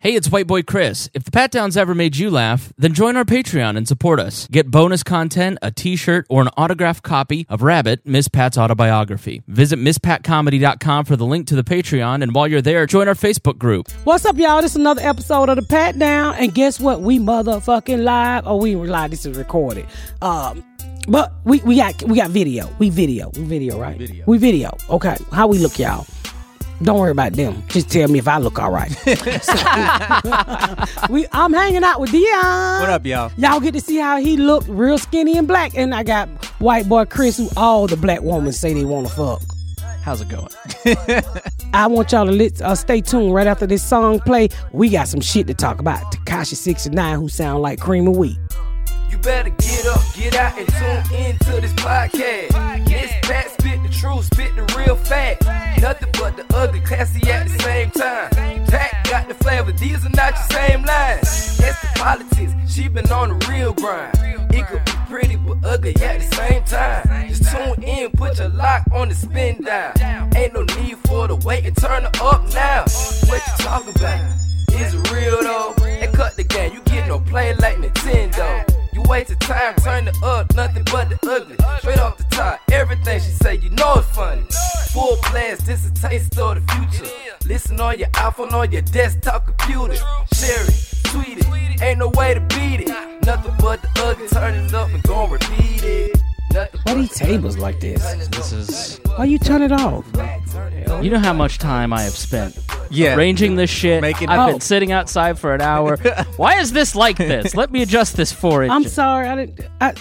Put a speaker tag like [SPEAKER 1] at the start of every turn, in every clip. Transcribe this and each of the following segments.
[SPEAKER 1] Hey, it's White Boy Chris. If the Pat Downs ever made you laugh, then join our Patreon and support us. Get bonus content, a t shirt, or an autographed copy of Rabbit, Miss Pat's autobiography. Visit MissPatComedy.com for the link to the Patreon, and while you're there, join our Facebook group.
[SPEAKER 2] What's up, y'all? This is another episode of the Pat Down, and guess what? We motherfucking live. Oh, we were live. This is recorded. Um, but we we got we got video. We video. We video, right? Video. We video. Okay. How we look, y'all? Don't worry about them. Just tell me if I look all right. So- we I'm hanging out with Dion.
[SPEAKER 3] What up, y'all?
[SPEAKER 2] Y'all get to see how he looked real skinny and black. And I got white boy Chris, who all the black women say they want to fuck.
[SPEAKER 3] How's it going?
[SPEAKER 2] I want y'all to lit, uh, stay tuned right after this song play. We got some shit to talk about. Takashi 69 who sound like cream of wheat.
[SPEAKER 4] You better get up, get out, and tune in to this podcast. This Pat spit the truth, spit the real fact. Nothing but the ugly, classy at the same time. Pat got the flavor, these are not your same lines. That's the politics, she been on the real grind. It could be pretty but ugly at the same time. Just tune in, put your lock on the spin down. Ain't no need for the wait and turn her up now. What you talking about? It's real though. And cut the game, you get no play like Nintendo. You wasted time, turn it up, nothing but the ugly. Straight off the top, everything she say, you know it's funny. Full blast, this a taste of the future. Listen on your iPhone, on your desktop computer. Share it, tweet it, ain't no way to beat it. Nothing but the ugly, turn it up and gon' repeat it. Nothing
[SPEAKER 2] Why
[SPEAKER 4] but
[SPEAKER 2] these tables like this?
[SPEAKER 1] This is.
[SPEAKER 2] Why you turn it off?
[SPEAKER 1] You know how much time I have spent
[SPEAKER 3] Yeah.
[SPEAKER 1] arranging this shit.
[SPEAKER 3] Making
[SPEAKER 1] I've
[SPEAKER 3] it-
[SPEAKER 1] been sitting outside for an hour. Why is this like this? Let me adjust this for it.
[SPEAKER 2] I'm sorry, I didn't I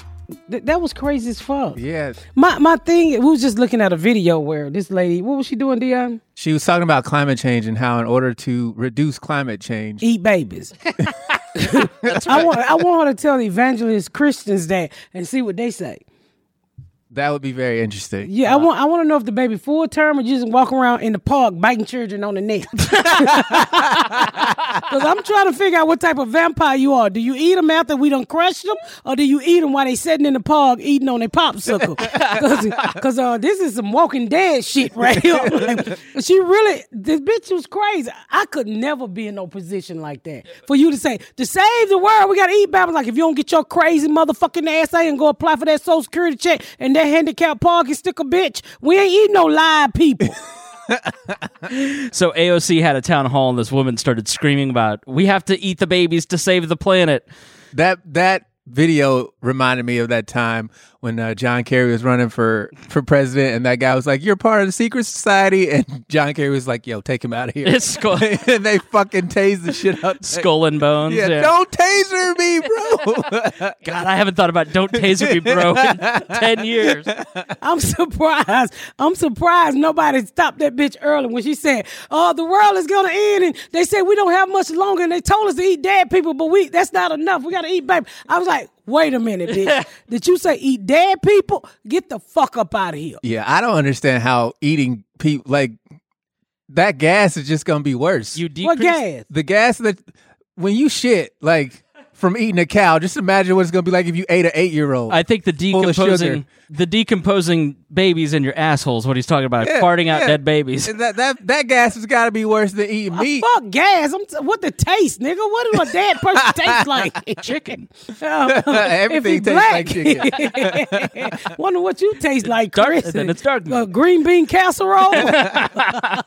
[SPEAKER 2] th- that was crazy as fuck.
[SPEAKER 3] Yeah.
[SPEAKER 2] My my thing, we was just looking at a video where this lady, what was she doing, Dion?
[SPEAKER 3] She was talking about climate change and how, in order to reduce climate change,
[SPEAKER 2] Eat babies. I want I want her to tell evangelist Christians that and see what they say.
[SPEAKER 3] that would be very interesting.
[SPEAKER 2] Yeah, I want I want to know if the baby full term or just walk around in the park biting children on the neck. Because I'm trying to figure out what type of vampire you are. Do you eat them after we done crushed them, or do you eat them while they sitting in the park eating on their popsicle? Because uh, this is some Walking Dead shit right here. Like, she really, this bitch was crazy. I could never be in no position like that. For you to say to save the world, we gotta eat babies. Like if you don't get your crazy motherfucking ass out and go apply for that Social Security check and that handicapped parking sticker, bitch, we ain't eating no live people.
[SPEAKER 1] So AOC had a town hall, and this woman started screaming about, "We have to eat the babies to save the planet."
[SPEAKER 3] That that video reminded me of that time when uh, John Kerry was running for for president, and that guy was like, "You're part of the secret society," and John Kerry was like, "Yo, take him out of here."
[SPEAKER 1] It's skull,
[SPEAKER 3] and they fucking tased the shit up.
[SPEAKER 1] skull and bones.
[SPEAKER 3] Yeah,
[SPEAKER 1] yeah.
[SPEAKER 3] don't taser me, bro.
[SPEAKER 1] God, I haven't thought about "Don't taser me, bro" in ten years.
[SPEAKER 2] I'm surprised. I'm surprised nobody stopped that bitch early when she said, "Oh, the world is gonna end," and they said we don't have much longer, and they told us to eat dead people, but we that's not enough. We gotta eat baby. I was like, "Wait a minute, bitch! Did you say eat dead people? Get the fuck up out of here!"
[SPEAKER 3] yeah, I don't understand how eating people like that gas is just gonna be worse.
[SPEAKER 1] You decrease.
[SPEAKER 2] What gas?
[SPEAKER 3] the gas that when you shit like from eating a cow just imagine what it's gonna be like if you ate an eight-year-old
[SPEAKER 1] I think the
[SPEAKER 3] Full of sugar.
[SPEAKER 1] decomposing, the decomposing babies in your asshole is what he's talking about.
[SPEAKER 3] Yeah,
[SPEAKER 1] farting out
[SPEAKER 3] yeah.
[SPEAKER 1] dead babies.
[SPEAKER 3] And that, that that gas has got to be worse than eating meat
[SPEAKER 2] Uh, Fuck gas. I'm t- what the taste, nigga? What do a dead person taste like? Chicken. Um,
[SPEAKER 3] Everything tastes like
[SPEAKER 2] chicken. Wonder what you taste like,
[SPEAKER 1] Dark-
[SPEAKER 2] Chris.
[SPEAKER 1] then it's dark meat.
[SPEAKER 2] Uh, green bean casserole.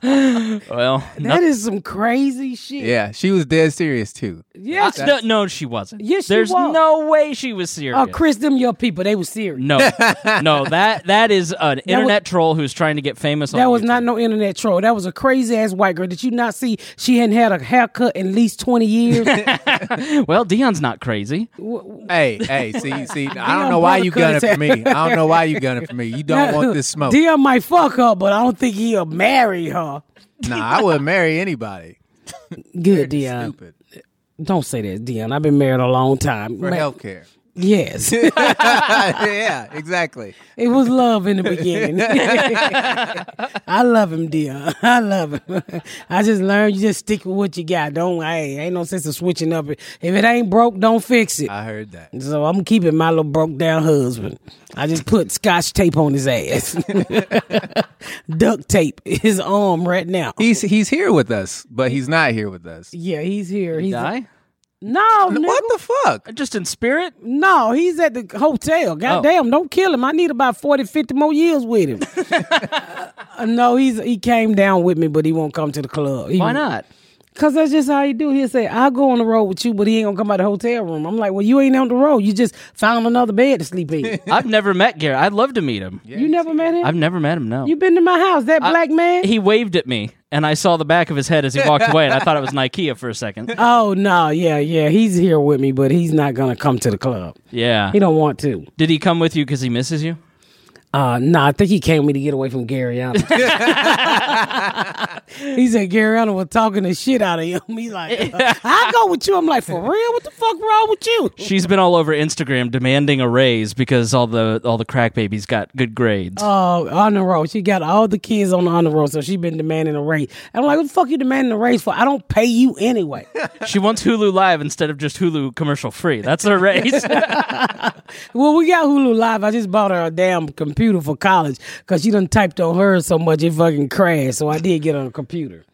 [SPEAKER 1] Well, no,
[SPEAKER 2] That is some crazy shit.
[SPEAKER 3] yeah she was dead serious too
[SPEAKER 2] Yeah. uh, sh-
[SPEAKER 1] no, no, she wasn't.
[SPEAKER 2] Yes, she
[SPEAKER 1] There's
[SPEAKER 2] was.
[SPEAKER 1] no way she was serious.
[SPEAKER 2] Oh, Chris, them your people, they was serious.
[SPEAKER 1] No, no, that that is an internet troll who's trying to get famous.
[SPEAKER 2] That
[SPEAKER 1] on
[SPEAKER 2] was
[SPEAKER 1] YouTube.
[SPEAKER 2] not no internet troll. That was a crazy ass white girl. Did you not see she hadn't had a haircut in at least 20 years?
[SPEAKER 1] Well, Dion's not crazy.
[SPEAKER 3] hey hey see see i don't
[SPEAKER 2] Dion
[SPEAKER 3] know why you
[SPEAKER 2] Brother
[SPEAKER 3] gunning
[SPEAKER 2] cut
[SPEAKER 3] for me i don't know why you gunning for me you don't want this smoke
[SPEAKER 2] Dion might fuck her, but I don't think he'll marry her.
[SPEAKER 3] nah i wouldn't marry anybody
[SPEAKER 2] Good, Dion.
[SPEAKER 3] stupid
[SPEAKER 2] Don't say that, Dion. I've been married a long time.
[SPEAKER 3] for
[SPEAKER 2] Ma-
[SPEAKER 3] healthcare
[SPEAKER 2] Yes.
[SPEAKER 3] yeah, exactly.
[SPEAKER 2] It was love in the beginning. I love him, dear. I love him. I just learned you just stick with what you got. Don't hey, ain't no sense of switching up. If it ain't broke, don't fix it.
[SPEAKER 3] I heard that.
[SPEAKER 2] So I'm keeping my little broke down husband. I just put scotch tape on his ass. Duct tape his arm right now.
[SPEAKER 3] He's he's here with us, but he's not here with us.
[SPEAKER 2] Yeah, he's here. He's
[SPEAKER 1] Die?
[SPEAKER 2] no,
[SPEAKER 3] What
[SPEAKER 2] nigga.
[SPEAKER 3] the fuck?
[SPEAKER 1] Just in spirit?
[SPEAKER 2] No, he's at the hotel.
[SPEAKER 1] Oh.
[SPEAKER 2] Goddamn, don't kill him. I need about 40, 50 more years with him. Uh, no, he's he came down with me, but he won't come to the club. He-
[SPEAKER 1] Why not?
[SPEAKER 2] Cause that's just how he do. He'll say, I'll go on the road with you, but he ain't gonna come out the hotel room. I'm like, Well, you ain't on the road. You just found another bed to sleep in.
[SPEAKER 1] I've never met Garrett. I'd love to meet him.
[SPEAKER 2] you never met him?
[SPEAKER 1] I've never met him, no.
[SPEAKER 2] you been to my house, that black man?
[SPEAKER 1] he waved at me, and I saw the back of his head as he walked away, and I thought it was an IKEA for a second.
[SPEAKER 2] oh no, yeah, yeah. He's here with me, but he's not gonna come to the club.
[SPEAKER 1] Yeah.
[SPEAKER 2] He don't want to.
[SPEAKER 1] Did he come with you because he misses you?
[SPEAKER 2] Uh, no, I think he came with me to get away from Garyana. he said Garyana was talking the shit out of him. He's like, uh, I go with you. I'm like, for real? What the fuck wrong with you?
[SPEAKER 1] She's been all over Instagram demanding a raise because all the all the crack babies got good grades.
[SPEAKER 2] Oh, honor roll. She got all the kids on the honor roll, so she been demanding a raise. And I'm like, what the fuck you demanding a raise for? I don't pay you anyway.
[SPEAKER 1] She wants Hulu Live instead of just Hulu commercial free. That's her raise.
[SPEAKER 2] well, we got Hulu Live. I just bought her a damn computer for college because she done typed on hers so much it fucking crashed. So I did get on a computer.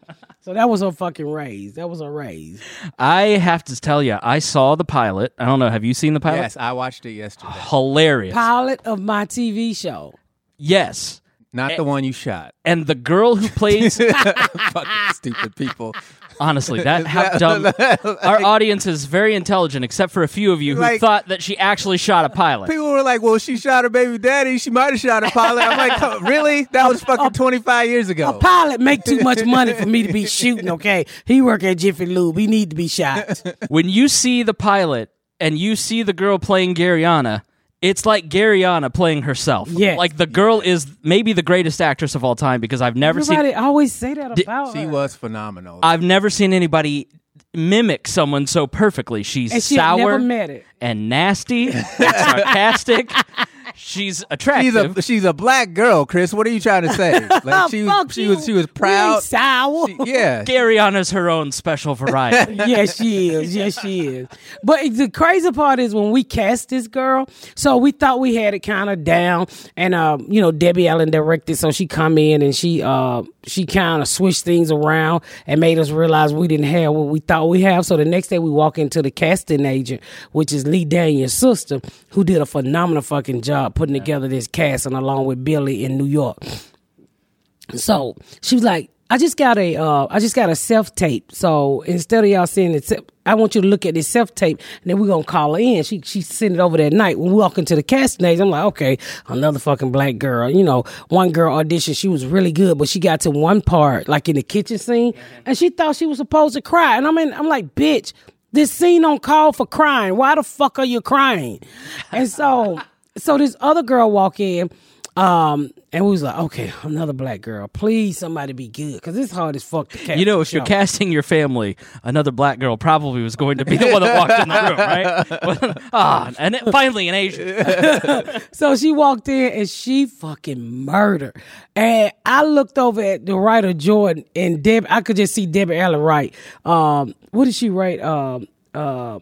[SPEAKER 2] So that was her fucking raise. That was her raise.
[SPEAKER 1] I have to tell you, I saw the pilot. I don't know. Have you seen the pilot?
[SPEAKER 3] Yes, I watched it yesterday.
[SPEAKER 1] Hilarious.
[SPEAKER 2] Pilot of my TV show.
[SPEAKER 1] yes.
[SPEAKER 3] Not the one you shot.
[SPEAKER 1] And the girl who plays
[SPEAKER 2] Ah.
[SPEAKER 3] Fucking stupid people.
[SPEAKER 1] honestly, that how dumb our audience is very intelligent, except for a few of you who
[SPEAKER 3] Like-
[SPEAKER 1] thought that she actually shot a pilot.
[SPEAKER 3] People were like, "Well, she shot her baby daddy. She might have shot a pilot." I'm like, "Oh, "Really? That was fucking 25 years ago."
[SPEAKER 2] Pilot make too much money for me to be shooting, okay? He work at Jiffy Lube. He need to be shot.
[SPEAKER 1] when you see the pilot and you see the girl playing Garyana, it's like Garyana playing herself.
[SPEAKER 2] Yes.
[SPEAKER 1] Like the girl is maybe the greatest actress of all time because I've never seen
[SPEAKER 2] Everybody always say that about
[SPEAKER 3] She
[SPEAKER 2] her.
[SPEAKER 3] was phenomenal.
[SPEAKER 1] I've never seen anybody mimic someone so perfectly. She's
[SPEAKER 2] and she
[SPEAKER 1] sour
[SPEAKER 2] never met it.
[SPEAKER 1] and nasty, and sarcastic. She's
[SPEAKER 3] she's
[SPEAKER 1] attractive.
[SPEAKER 3] a she's a black girl, Chris. What are you trying to say? Like she
[SPEAKER 2] Oh, Fuck
[SPEAKER 3] was she
[SPEAKER 2] you.
[SPEAKER 3] was she was
[SPEAKER 2] You ain't
[SPEAKER 3] proud.
[SPEAKER 2] sour.
[SPEAKER 3] She- yeah,
[SPEAKER 1] Garyana's her own special variety.
[SPEAKER 2] yes, she is. Yes, she is. But the crazy part is when we cast this girl, so we thought we had it kind of down, and um, you know Debbie Allen directed, so she come in and she uh she kind of switched things around and made us realize we didn't have what we thought we have. So the next day we walk into the casting agent, which is Lee Daniels' sister, who did a phenomenal fucking job putting together this casting along with Billy in New York. So she was like, I just got a, uh, I just got a self tape. So instead of y'all seeing it, I want you to look at this self tape, and then we're gonna call her in. She she sent it over that night when we walk into the casting agent. I'm like, okay, another fucking black girl. You know, one girl auditioned. She was really good, but she got to one part, like in the kitchen scene, and she thought she was supposed to cry. And I mean, I'm like, bitch, this scene don't call for crying. Why the fuck are you crying? And so, so this other girl walk in, um, and we was like, okay, another black girl. Please, somebody be good, cause it's hard as fuck. To catch
[SPEAKER 1] You know, if you're casting your family, another black girl probably was going to be the one that walked in the room, right? ah, and it, finally an Asian.
[SPEAKER 2] So she walked in and she fucking murdered. And I looked over at the writer Jordan and Deb. I could just see Debbie Allen write. Um, what did she write? Um, uh,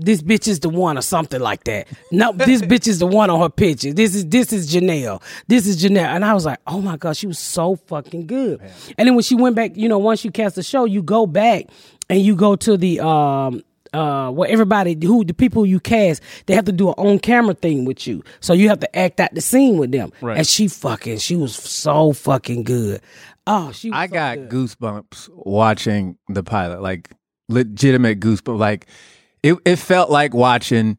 [SPEAKER 2] this bitch is the one or something like that. No, this bitch is the one on her picture. This is this is Janelle. This is Janelle. And I was like, oh my god, she was so fucking good. And then when she went back, you know, once you cast the show, you go back and you go to the um uh well everybody who the people you cast they have to do an on camera thing with you so you have to act out the scene with them right and she fucking she was so fucking good oh she was
[SPEAKER 3] I
[SPEAKER 2] so
[SPEAKER 3] got
[SPEAKER 2] good.
[SPEAKER 3] goosebumps watching the pilot, like legitimate goosebumps. Like it, it felt like watching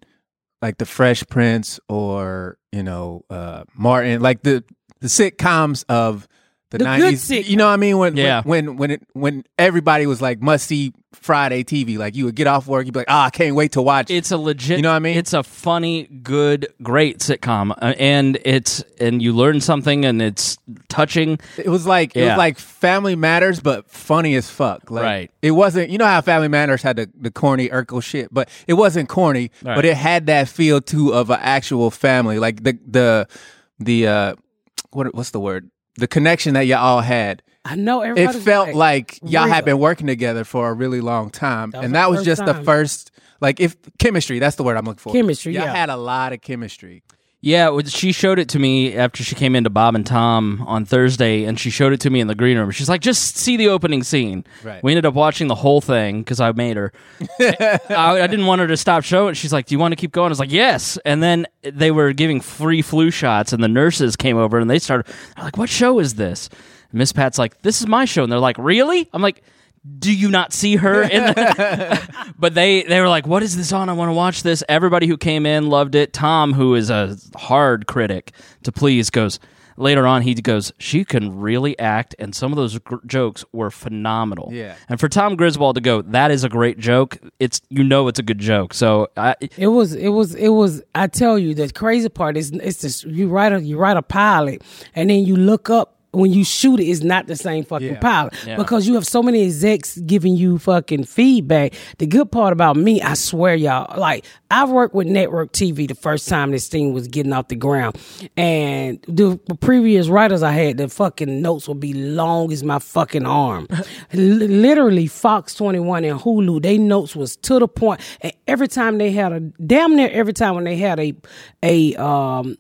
[SPEAKER 3] like the Fresh Prince or you know uh, Martin, like the the sitcoms of the
[SPEAKER 2] The good
[SPEAKER 3] nineties.
[SPEAKER 2] sitcom.
[SPEAKER 3] You know what I mean? When
[SPEAKER 1] Yeah.
[SPEAKER 3] when when it, when everybody was like must see Friday TV. Like you would get off work, you'd be like, ah, I can't wait to watch.
[SPEAKER 1] It's a legit.
[SPEAKER 3] You know what I mean?
[SPEAKER 1] It's a funny, good, great sitcom, Uh, and it's and you learn something, and it's touching.
[SPEAKER 3] It was like it
[SPEAKER 1] Yeah.
[SPEAKER 3] was like Family Matters, but funny as fuck. Like,
[SPEAKER 1] Right.
[SPEAKER 3] It wasn't. You know how Family Matters had the, the corny Urkel shit, but it wasn't corny.
[SPEAKER 1] Right.
[SPEAKER 3] But it had that feel too of an actual family. Like the the the uh, what what's the word? The connection that y'all had.
[SPEAKER 2] I know
[SPEAKER 3] It
[SPEAKER 2] everybody.
[SPEAKER 3] felt like y'all
[SPEAKER 2] real.
[SPEAKER 3] had been working together for a really long time,
[SPEAKER 2] was
[SPEAKER 3] and
[SPEAKER 2] the
[SPEAKER 3] that was
[SPEAKER 2] first
[SPEAKER 3] just
[SPEAKER 2] time.
[SPEAKER 3] the first. Like if chemistry, that's the word I'm looking for.
[SPEAKER 2] Chemistry,
[SPEAKER 3] Y'all
[SPEAKER 2] yeah.
[SPEAKER 3] had a lot of chemistry.
[SPEAKER 1] Yeah, it was- she showed it to me after she came into Bob and Tom on Thursday, and she showed it to me in the green room. She's like, "Just see the opening scene."
[SPEAKER 3] Right.
[SPEAKER 1] We ended up watching the whole thing because I made her. I, I didn't want her to stop showing. She's like, "Do you want to keep going?" I was like, "Yes." And then they were giving free flu shots, and the nurses came over and they started. They're like, "What show is this?" And Miss Pat's like, "This is my show," and they're like, "Really?" I'm like. Do you not see her in the- But they they were like, "What is this on? I want to watch this." Everybody who came in loved it. Tom, who is a hard critic to please, goes later on. He goes, "She can really act," and some of those gr- jokes were phenomenal.
[SPEAKER 3] Yeah.
[SPEAKER 1] And for Tom Griswold to go, that is a great joke. It's you know it's a good joke. So I,
[SPEAKER 2] It was, it was, it was. I tell you, the crazy part is, it's just you write a you write a pilot, and then you look up when you shoot it. It's not the same fucking
[SPEAKER 3] Yeah.
[SPEAKER 2] pilot
[SPEAKER 1] Yeah.
[SPEAKER 2] because you have so many execs giving you fucking feedback. The good part about me, I swear, y'all, like I worked with network TV the first time this thing was getting off the ground, and the previous writers I had, the fucking notes would be long as my fucking arm. L- literally, Fox Twenty One and Hulu, they notes was to the point, and every time they had a damn near every time when they had a a um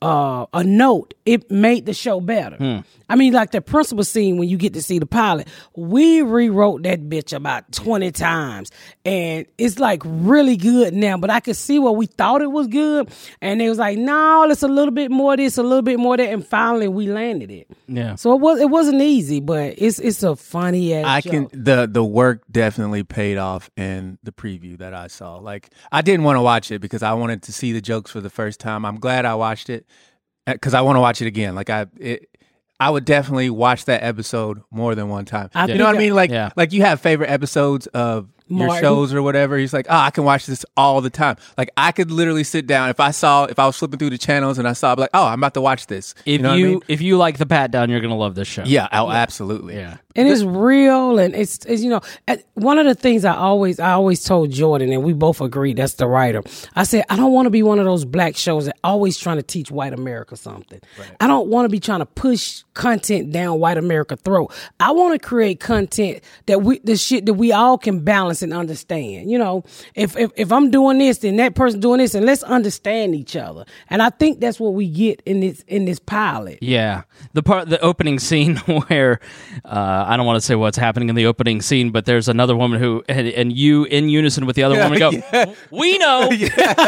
[SPEAKER 2] uh, a note, it made the show better.
[SPEAKER 3] Hmm.
[SPEAKER 2] I mean, like the principal scene when you get to see the pilot, we rewrote that bitch about 20 times. And it's like really good now, but I could see where we thought it was good. And it was like, no, it's a little bit more this, a little bit more that. And finally we landed it.
[SPEAKER 1] yeah.
[SPEAKER 2] So it was it wasn't easy, but it's it's a funny ass.
[SPEAKER 3] I
[SPEAKER 2] show.
[SPEAKER 3] can the the work definitely paid off in the preview that I saw. Like I didn't want to watch it because I wanted to see the jokes for the first time. I'm glad I watched it because I want to watch it again. Like I it, I would definitely watch that episode more than one time.
[SPEAKER 2] I
[SPEAKER 3] you
[SPEAKER 2] think
[SPEAKER 3] know what I
[SPEAKER 2] I-
[SPEAKER 3] mean? Like
[SPEAKER 1] Yeah.
[SPEAKER 3] like you have favorite episodes of your
[SPEAKER 2] Martin.
[SPEAKER 3] shows or whatever. He's like, oh, I can watch this all the time. Like I could literally sit down if I saw if I was flipping through the channels and I saw like, oh, I'm about to watch this.
[SPEAKER 1] If you,
[SPEAKER 3] know what I mean?
[SPEAKER 1] if you like the pat down, you're gonna love this show.
[SPEAKER 3] yeah, oh, absolutely.
[SPEAKER 1] Yeah.
[SPEAKER 2] and it's real and it's, it's you know and one of the things i always i always told jordan and we both agreed that's the writer i said i don't want to be one of those black shows that always trying to teach white america something i don't want to be trying to push content down white america throat i want to create content that we the shit that we all can balance and understand you know if if, if i'm doing this then that person doing this and let's understand each other and i think that's what we get in this in this pilot
[SPEAKER 1] Yeah, the part, the opening scene where uh, I don't want to say what's happening in the opening scene, but there's another woman who and, and you in unison with the other woman go, "We know."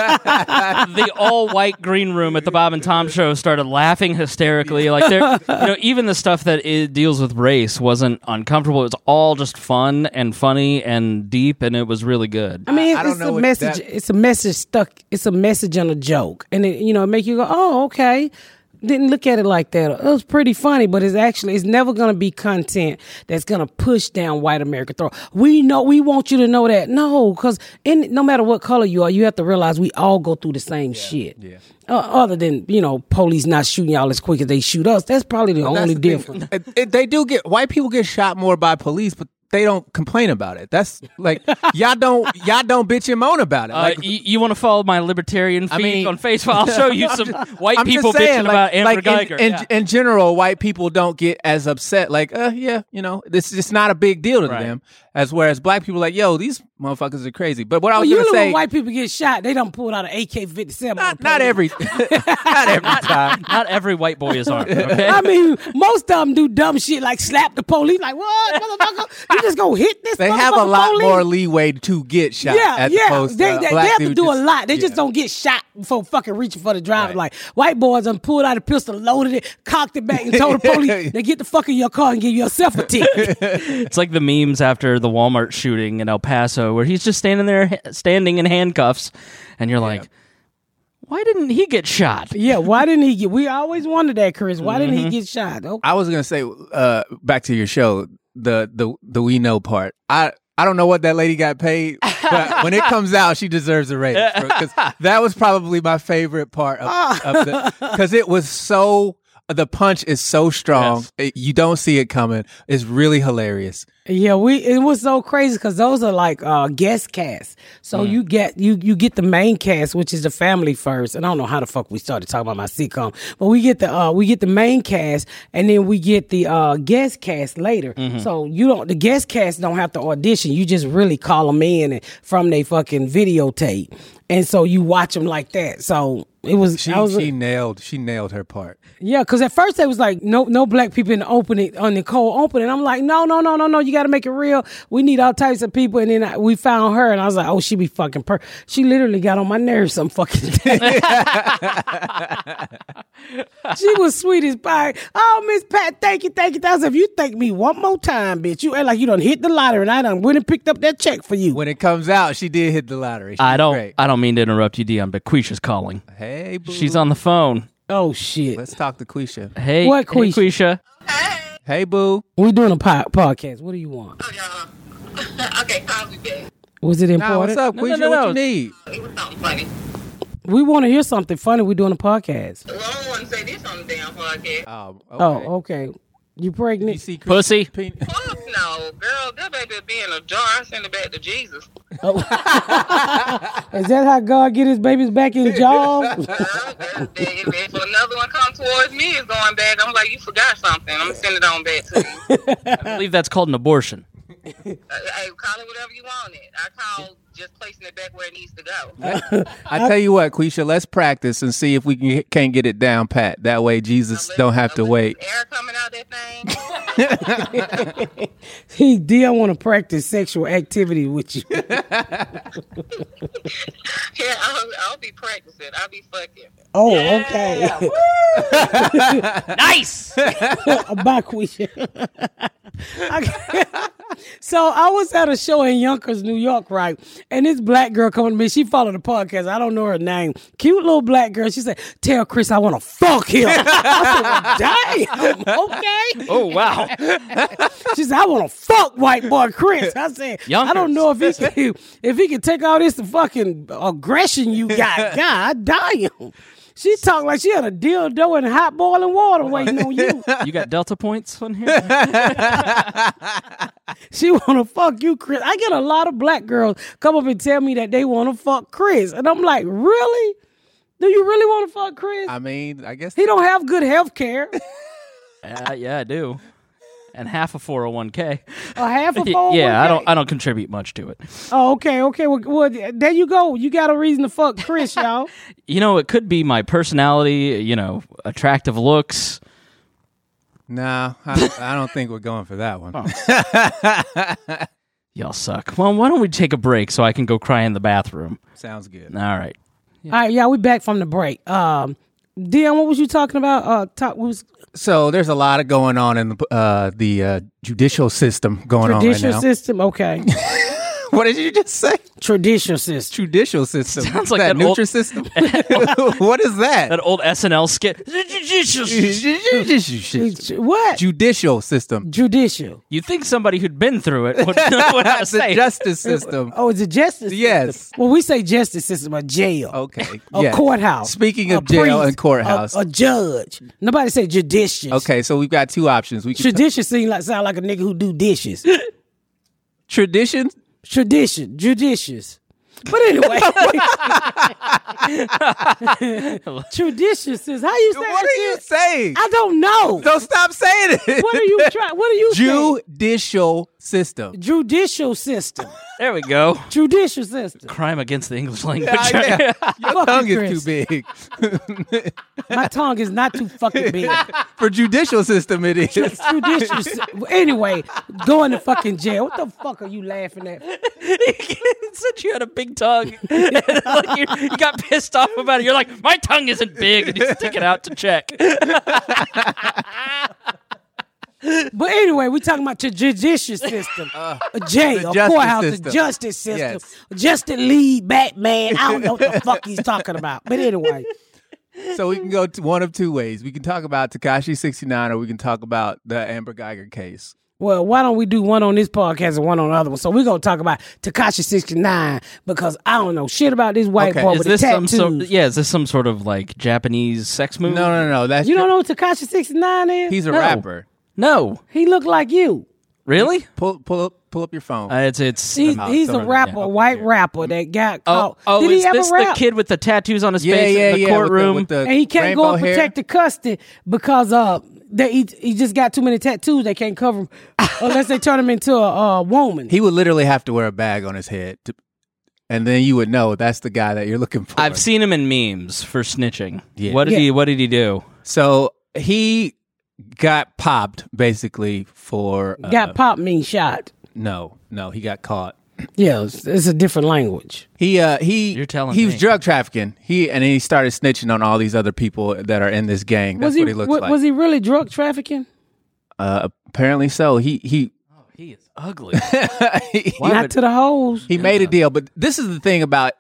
[SPEAKER 1] the all white green room at the Bob and Tom show started laughing hysterically. Like they're, you know, even the stuff that it deals with race wasn't uncomfortable. It was all just fun and funny and deep, and it was really good.
[SPEAKER 2] I mean,
[SPEAKER 3] I don't
[SPEAKER 2] it's
[SPEAKER 3] know
[SPEAKER 2] a
[SPEAKER 3] if
[SPEAKER 2] message.
[SPEAKER 3] that-
[SPEAKER 2] It's a message stuck. It's a message and a joke, and it, you know, it make you go, "Oh, okay." Didn't look at it like that. It was pretty funny, but it's actually it's never gonna be content that's gonna push down white America throat. We know we want you to know that. No, because in no matter what color you are, you have to realize we all go through the same shit. Yeah. Uh, other than you know, police not shooting y'all as quick as they shoot us. That's probably the
[SPEAKER 3] That's
[SPEAKER 2] only
[SPEAKER 3] the thing.
[SPEAKER 2] difference.
[SPEAKER 3] It- it- they do get white people get shot more by police, but they don't complain about it. That's like y'all don't y'all don't bitch and moan about it.
[SPEAKER 1] Uh,
[SPEAKER 3] Like,
[SPEAKER 1] you, you want to follow my libertarian feed
[SPEAKER 3] mean-
[SPEAKER 1] on Facebook? I'll show you some white
[SPEAKER 3] I'm just
[SPEAKER 1] people
[SPEAKER 3] saying,
[SPEAKER 1] bitching about Amber
[SPEAKER 3] in-
[SPEAKER 1] Geiger.
[SPEAKER 3] In,
[SPEAKER 1] Yeah.
[SPEAKER 3] in general, white people don't get as upset. Like, uh, yeah, you know, this it's not a big deal to
[SPEAKER 1] Right.
[SPEAKER 3] them. As whereas black people, are like, yo, these motherfuckers are crazy. But what I
[SPEAKER 2] Well,
[SPEAKER 3] was
[SPEAKER 2] you
[SPEAKER 3] gonna
[SPEAKER 2] know
[SPEAKER 3] say,
[SPEAKER 2] when white people get shot, they done pulled out an AK fifty seven.
[SPEAKER 3] not, not every, not every time.
[SPEAKER 1] Not every white boy is armed. Okay?
[SPEAKER 2] I mean, most of them do dumb shit like slap the police, like what, motherfucker? You just gonna hit this?
[SPEAKER 3] They have a
[SPEAKER 2] motherfucking
[SPEAKER 3] lot
[SPEAKER 2] police?
[SPEAKER 3] more leeway to get shot.
[SPEAKER 2] Yeah,
[SPEAKER 3] as
[SPEAKER 2] yeah.
[SPEAKER 3] opposed
[SPEAKER 2] They,
[SPEAKER 3] to
[SPEAKER 2] they, they
[SPEAKER 3] uh, black
[SPEAKER 2] have to
[SPEAKER 3] dudes
[SPEAKER 2] do a
[SPEAKER 3] just-
[SPEAKER 2] lot. They just
[SPEAKER 3] yeah.
[SPEAKER 2] don't get shot before fucking reaching for the driver.
[SPEAKER 3] Right.
[SPEAKER 2] Like white boys done pulled out a pistol, loaded it, cocked it back, and told the police they get the fuck in your car and give yourself a ticket.
[SPEAKER 1] It's like the memes after the Walmart shooting in El Paso, where he's just standing there, ha- standing in handcuffs, and you're like, Why didn't he get shot?
[SPEAKER 2] Yeah, why didn't he get? We always wondered that, Chris. Why didn't
[SPEAKER 3] Mm-hmm.
[SPEAKER 2] he get shot? Okay.
[SPEAKER 3] I was gonna say uh, back to your show the the the we know part. I I don't know what that lady got paid, but when it comes out, she deserves a raise because that was probably my favorite part of, of the because it was so the punch is so strong It- you don't see it coming. It's really hilarious.
[SPEAKER 2] Yeah, we it was so crazy because those are like uh, guest casts.
[SPEAKER 3] Mm.
[SPEAKER 2] So you get you you get the main cast, which is the family first. And I don't know how the fuck we started talking about my sitcom, but we get the uh, we get the main cast, and then we get the uh, guest cast later.
[SPEAKER 3] Mm-hmm.
[SPEAKER 2] So you don't the guest cast don't have to audition. You just really call them in and from they fucking videotape, and so you watch them like that. So it was
[SPEAKER 3] She
[SPEAKER 2] I was
[SPEAKER 3] she nailed she nailed her part.
[SPEAKER 2] yeah, because at first they was like, no, no black people in the opening on the cold opening. I'm like, no, no, no, no, no. You got to make it real. We need all types of people. And then I, we found her, and I was like, oh, she be fucking per. She literally got on my nerves some fucking day. she was sweet as pie. Oh, Miss Pat, thank you, thank you. That was if you thank me one more time, bitch. You act like you done hit the lottery, and I done went and picked up that check for you.
[SPEAKER 3] When it comes out, she did hit the lottery. She
[SPEAKER 1] I
[SPEAKER 3] was
[SPEAKER 1] don't.
[SPEAKER 3] great.
[SPEAKER 1] I don't mean to interrupt you, Dion, but Quisha's calling.
[SPEAKER 3] Hey, boo.
[SPEAKER 1] She's on the phone.
[SPEAKER 2] Oh shit,
[SPEAKER 3] Let's talk to Quisha.
[SPEAKER 1] Hey,
[SPEAKER 2] What
[SPEAKER 1] hey,
[SPEAKER 2] Quisha?
[SPEAKER 1] Quisha?
[SPEAKER 3] Hey, boo.
[SPEAKER 2] we doing a po- podcast. What do you want?
[SPEAKER 5] y'all. okay, call me back.
[SPEAKER 2] Was it
[SPEAKER 3] Nah,
[SPEAKER 2] important?
[SPEAKER 3] what's up,
[SPEAKER 1] No,
[SPEAKER 3] Quisha?
[SPEAKER 1] no, no,
[SPEAKER 3] What you
[SPEAKER 1] no.
[SPEAKER 3] need?
[SPEAKER 5] It was something funny.
[SPEAKER 2] We want to hear something funny. We doing a podcast.
[SPEAKER 5] Well, I don't want to say this on the damn podcast.
[SPEAKER 3] Oh, okay.
[SPEAKER 2] Oh, okay. You
[SPEAKER 3] You
[SPEAKER 2] pregnant?
[SPEAKER 3] see Quisha-
[SPEAKER 1] Pussy.
[SPEAKER 3] Pen-
[SPEAKER 5] Fuck no, girl. That baby be in a jar. I send it back to Jesus.
[SPEAKER 2] Is that how God get his babies back in jobs?
[SPEAKER 5] Girl, girl, if, if another one come towards me, it's going back. I'm like, you forgot something. I'm gonna send it on back to you.
[SPEAKER 1] I believe that's called an abortion.
[SPEAKER 5] Uh, hey, call it whatever you want it. I call just placing it back where it needs to go.
[SPEAKER 3] I tell you what, Quisha, let's practice and see if we can, can't get it down pat. That way, Jesus
[SPEAKER 5] Unless-
[SPEAKER 3] don't have to
[SPEAKER 5] unless
[SPEAKER 3] wait.
[SPEAKER 5] Air coming out that thing.
[SPEAKER 2] he did want to practice sexual activity with you.
[SPEAKER 5] yeah, I'll, I'll be practicing. I'll be fucking.
[SPEAKER 2] Oh, okay.
[SPEAKER 1] Nice.
[SPEAKER 2] Bye, Quisha. Okay. so I was at a show in Yonkers, New York, right? And this black girl coming to me. She followed the podcast. I don't know her name. Cute little black girl. She said, "Tell Chris I want to fuck him." I said, well, "Damn, okay."
[SPEAKER 1] oh wow.
[SPEAKER 2] She said, "I want to fuck white boy Chris." I said, "I
[SPEAKER 1] Yonkers.
[SPEAKER 2] don't know if he can, if he can take all this fucking aggression you got. God damn." She talking like she had a dildo and hot boiling water waiting on you.
[SPEAKER 1] You got Delta points on here.
[SPEAKER 2] She want to fuck you, Chris. I get a lot of black girls come up and tell me that they want to fuck Chris, and I'm like, really? Do you really want to fuck Chris?
[SPEAKER 3] I mean, I guess
[SPEAKER 2] he don't have good health care.
[SPEAKER 1] Uh, yeah, I do. And half a four hundred one k.
[SPEAKER 2] A half oh a phone.
[SPEAKER 1] Yeah, I don't. I don't contribute much to it.
[SPEAKER 2] Oh, okay, okay. Well, well, there you go. You got a reason to fuck Chris, y'all.
[SPEAKER 1] You know, it could be my personality. You know, attractive looks.
[SPEAKER 3] no. I, I don't think we're going for that
[SPEAKER 2] Oh.
[SPEAKER 3] one.
[SPEAKER 1] Y'all suck. Well, why don't we take a break so I can go cry in the bathroom?
[SPEAKER 3] Sounds good.
[SPEAKER 1] All right.
[SPEAKER 2] All right, yeah, we back from the break. Um, Dion, what was you talking about? Uh, top we was
[SPEAKER 3] So there's a lot of going on in the uh, the uh, judicial system going
[SPEAKER 2] traditional
[SPEAKER 3] on right now.
[SPEAKER 2] system. Okay,
[SPEAKER 3] What did you just say?
[SPEAKER 2] traditional system.
[SPEAKER 3] Judicial system.
[SPEAKER 1] Sounds like
[SPEAKER 3] that
[SPEAKER 1] an old-
[SPEAKER 3] Nutri system. what is that?
[SPEAKER 1] That old SNL skit.
[SPEAKER 2] What
[SPEAKER 3] judicial system.
[SPEAKER 2] judicial?
[SPEAKER 1] You think somebody who'd been through it would know what I was
[SPEAKER 3] It's a
[SPEAKER 1] saying?
[SPEAKER 3] justice system.
[SPEAKER 2] Oh, it's a justice. system.
[SPEAKER 3] Yes.
[SPEAKER 2] Well, we say justice system, a jail,
[SPEAKER 3] Okay.
[SPEAKER 2] a
[SPEAKER 3] yes.
[SPEAKER 2] courthouse.
[SPEAKER 3] Speaking
[SPEAKER 2] a
[SPEAKER 3] of jail
[SPEAKER 2] priest,
[SPEAKER 3] and courthouse.
[SPEAKER 2] a, a judge. Nobody say judicious.
[SPEAKER 3] Okay, so we've got two options. We can
[SPEAKER 2] Tradition seem like sound like a nigga who do dishes.
[SPEAKER 3] tradition.
[SPEAKER 2] Tradition, judicious. But anyway, traditions is how you say
[SPEAKER 3] What
[SPEAKER 2] that
[SPEAKER 3] are you
[SPEAKER 2] shit?
[SPEAKER 3] saying?
[SPEAKER 2] I don't know.
[SPEAKER 3] Don't stop saying it.
[SPEAKER 2] What are you trying? What are you saying?
[SPEAKER 3] Judicial system.
[SPEAKER 2] Judicial system.
[SPEAKER 1] There we go.
[SPEAKER 2] Judicial system.
[SPEAKER 1] Crime against the English language.
[SPEAKER 3] Yeah, yeah. Your
[SPEAKER 2] Fuck
[SPEAKER 3] tongue
[SPEAKER 2] you,
[SPEAKER 3] is too big.
[SPEAKER 2] My tongue is not too fucking big.
[SPEAKER 3] For judicial system, it is.
[SPEAKER 2] Judicial. sy- anyway, going to fucking jail. What the fuck are you laughing at?
[SPEAKER 1] it said you had a big tongue. Like, you, you got pissed off about it. You're like, my tongue isn't big, and you stick it out to check.
[SPEAKER 2] But anyway, we talking about the judicial system, a jail,
[SPEAKER 3] Uh, the
[SPEAKER 2] a courthouse,
[SPEAKER 3] justice
[SPEAKER 2] the
[SPEAKER 3] system.
[SPEAKER 2] justice system,
[SPEAKER 3] Yes.
[SPEAKER 2] Justin Lee, Batman. I don't know what the fuck he's talking about. But anyway,
[SPEAKER 3] so we can go to one of two ways. We can talk about Takashi 69 or we can talk about the Amber Geiger case.
[SPEAKER 2] well, why don't we do one on this podcast and one on the other one? So we're gonna talk about Takashi sixty nine because I don't know shit about this white
[SPEAKER 3] Okay,
[SPEAKER 2] boy
[SPEAKER 3] is
[SPEAKER 2] with
[SPEAKER 1] Is this
[SPEAKER 2] the
[SPEAKER 1] some
[SPEAKER 2] tattoos.
[SPEAKER 1] sort? Yeah, is this some sort of like Japanese sex
[SPEAKER 3] No,
[SPEAKER 1] movie?
[SPEAKER 3] no, no. That's
[SPEAKER 2] you don't know Takashi sixty nine is?
[SPEAKER 3] he's a rapper.
[SPEAKER 1] no.
[SPEAKER 2] he look like you.
[SPEAKER 1] Really?
[SPEAKER 3] Pull pull up pull up your phone.
[SPEAKER 1] Uh, it's it's.
[SPEAKER 2] He's,
[SPEAKER 3] out,
[SPEAKER 2] he's
[SPEAKER 3] throw
[SPEAKER 2] a
[SPEAKER 3] it in.
[SPEAKER 2] rapper,
[SPEAKER 3] Yeah,
[SPEAKER 2] a
[SPEAKER 3] okay,
[SPEAKER 2] white
[SPEAKER 3] yeah.
[SPEAKER 2] rapper that got
[SPEAKER 1] Oh,
[SPEAKER 2] caught.
[SPEAKER 1] oh,
[SPEAKER 2] Did
[SPEAKER 1] is
[SPEAKER 2] he ever
[SPEAKER 1] this
[SPEAKER 2] rap?
[SPEAKER 1] the kid with the tattoos on his
[SPEAKER 3] yeah,
[SPEAKER 1] face
[SPEAKER 3] yeah,
[SPEAKER 1] in the
[SPEAKER 3] yeah.
[SPEAKER 1] courtroom?
[SPEAKER 3] With the, with the
[SPEAKER 2] and he can't go
[SPEAKER 3] rainbow
[SPEAKER 2] and
[SPEAKER 3] hair.
[SPEAKER 2] protect the custody because uh they he, he just got too many tattoos they can't cover him unless they turn him into a uh, woman.
[SPEAKER 3] He would literally have to wear a bag on his head, to, and then you would know that's the guy that you're looking for.
[SPEAKER 1] I've seen him in memes for snitching.
[SPEAKER 3] Yeah.
[SPEAKER 1] What did
[SPEAKER 2] Yeah.
[SPEAKER 1] he? What did he do?
[SPEAKER 3] So he got popped basically for uh,
[SPEAKER 2] got pop mean shot.
[SPEAKER 3] no, no, he got caught.
[SPEAKER 2] Yeah, it's, it's a different language.
[SPEAKER 3] He uh he
[SPEAKER 1] You're telling
[SPEAKER 3] he was
[SPEAKER 1] me.
[SPEAKER 3] drug trafficking. He and he started snitching on all these other people that are in this gang. That's
[SPEAKER 2] was he,
[SPEAKER 3] what he looks
[SPEAKER 2] wa-
[SPEAKER 3] like.
[SPEAKER 2] was he really drug trafficking?
[SPEAKER 3] uh, apparently so. He he
[SPEAKER 1] He is ugly.
[SPEAKER 3] he,
[SPEAKER 1] Why
[SPEAKER 2] Not
[SPEAKER 1] would-
[SPEAKER 2] to the hoes.
[SPEAKER 3] he made a deal, but this is the thing about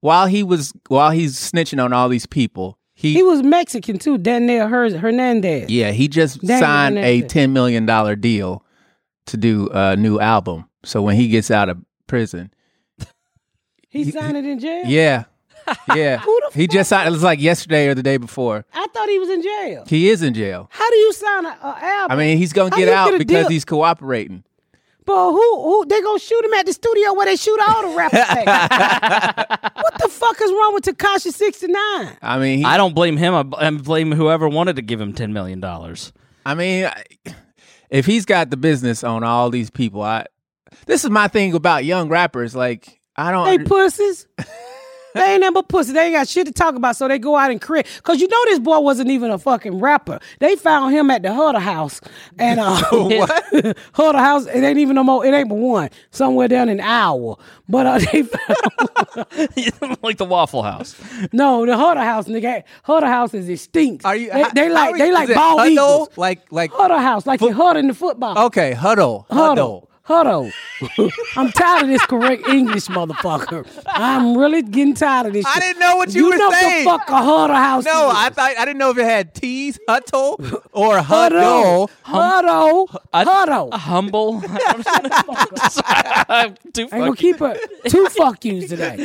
[SPEAKER 3] while he was while he's snitching on all these people, he,
[SPEAKER 2] He was Mexican too, Daniel Her- Hernandez.
[SPEAKER 3] yeah, he just
[SPEAKER 2] Dang,
[SPEAKER 3] signed a
[SPEAKER 2] Vanessa.
[SPEAKER 3] ten million dollar deal to do a new album. So when he gets out of prison,
[SPEAKER 2] He signed it in jail.
[SPEAKER 3] yeah, yeah, he just signed. It was like yesterday or the day before.
[SPEAKER 2] I thought he was in jail.
[SPEAKER 3] He is in jail.
[SPEAKER 2] How do you sign an album?
[SPEAKER 3] I mean, he's gonna
[SPEAKER 2] How
[SPEAKER 3] get
[SPEAKER 2] you get
[SPEAKER 3] out
[SPEAKER 2] a
[SPEAKER 3] because
[SPEAKER 2] deal?
[SPEAKER 3] he's cooperating.
[SPEAKER 2] But who who they gonna shoot him at the studio where they shoot all the rappers? at? what the fuck is wrong with Takashi sixty nine?
[SPEAKER 3] I mean, he,
[SPEAKER 1] I don't blame him. I bl- I blame whoever wanted to give him ten million dollars.
[SPEAKER 3] I mean, I- if he's got the business on all these people, I this is my thing about young rappers. Like, I don't.
[SPEAKER 2] They
[SPEAKER 3] under-
[SPEAKER 2] pussies. They ain't nothing but pussy. They ain't got shit to talk about, so they go out and create. Cause you know this boy wasn't even a fucking rapper. They found him at the Huddle House, and uh, what? Huddle House? It ain't even no more. It ain't but one somewhere down in Iowa. But uh, they found
[SPEAKER 1] like the Waffle House.
[SPEAKER 2] no the Huddle House nigga. Huddle House is extinct.
[SPEAKER 3] Are you?
[SPEAKER 2] They,
[SPEAKER 3] how-
[SPEAKER 2] they
[SPEAKER 3] how
[SPEAKER 2] like
[SPEAKER 3] are
[SPEAKER 2] they
[SPEAKER 3] you-
[SPEAKER 2] like
[SPEAKER 3] is it
[SPEAKER 2] bald
[SPEAKER 3] huddle? Oh,
[SPEAKER 2] eagles.
[SPEAKER 3] Like like
[SPEAKER 2] Huddle House like you huddling the football.
[SPEAKER 3] okay, huddle,
[SPEAKER 2] Huddle.
[SPEAKER 3] huddle.
[SPEAKER 2] Huddle. I'm tired of this correct English, motherfucker. I'm really getting tired of this.
[SPEAKER 3] I
[SPEAKER 2] shit.
[SPEAKER 3] didn't know what you were
[SPEAKER 2] know
[SPEAKER 3] saying.
[SPEAKER 2] the fuck a huddle house.
[SPEAKER 3] No,
[SPEAKER 2] is.
[SPEAKER 3] I thought I didn't know if it had T's, huddle or
[SPEAKER 2] huddle.
[SPEAKER 3] huddle.
[SPEAKER 2] Huddle.
[SPEAKER 1] I-
[SPEAKER 2] Huddle.
[SPEAKER 1] A humble. I'm too
[SPEAKER 2] I'm gonna
[SPEAKER 1] fucking.
[SPEAKER 2] keep a two fuck yous today.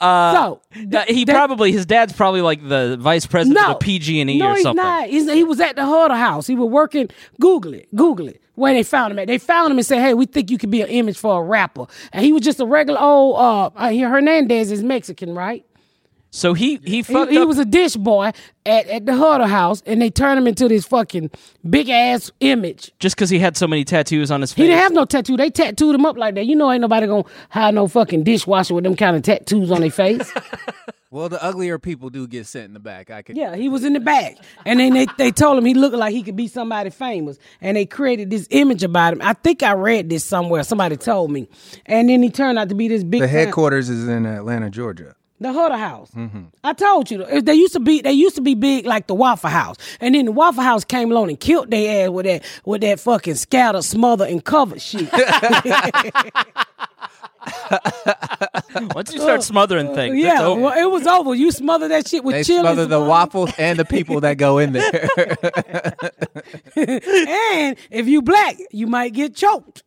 [SPEAKER 2] so
[SPEAKER 1] No, he
[SPEAKER 2] that-
[SPEAKER 1] probably his dad's probably like the vice president
[SPEAKER 2] no
[SPEAKER 1] of PG and E
[SPEAKER 2] no,
[SPEAKER 1] or
[SPEAKER 2] he's
[SPEAKER 1] something.
[SPEAKER 2] not. He's, he was at the huddle house. He was working. Google it. Google it. Where they found him at? They found him and said, "Hey, we think you could be an image for a rapper." And he was just a regular old. Uh, I hear Hernandez is Mexican, right?
[SPEAKER 1] So he he
[SPEAKER 2] He,
[SPEAKER 1] fucked
[SPEAKER 2] he
[SPEAKER 1] up.
[SPEAKER 2] was a dish boy at, at the huddle house, and they turned him into this fucking big ass image.
[SPEAKER 1] just because he had so many tattoos on his face.
[SPEAKER 2] He didn't have no tattoo. They tattooed him up like that. You know, ain't nobody gonna hire no fucking dishwasher with them kind of tattoos on their face.
[SPEAKER 3] Well, the uglier people do get sent in the back. I can.
[SPEAKER 2] yeah, he was in the back, and then they, they told him he looked like he could be somebody famous, and they created this image about him. I think I read this somewhere. Somebody told me, and then he turned out to be this big.
[SPEAKER 3] The
[SPEAKER 2] time-
[SPEAKER 3] headquarters is in Atlanta, Georgia.
[SPEAKER 2] The Huddle House.
[SPEAKER 3] Mm-hmm.
[SPEAKER 2] I told you if they used to be they used to be big like the Waffle House, and then the Waffle House came along and killed their ass with that with that fucking scatter, smother, and cover shit.
[SPEAKER 1] Once you start smothering things, it's
[SPEAKER 2] Oh, yeah,
[SPEAKER 1] over.
[SPEAKER 2] well, it was over. You smother that shit with
[SPEAKER 3] They
[SPEAKER 2] chili,
[SPEAKER 3] smother the waffles and the people that go in there.
[SPEAKER 2] and if you black, you might get choked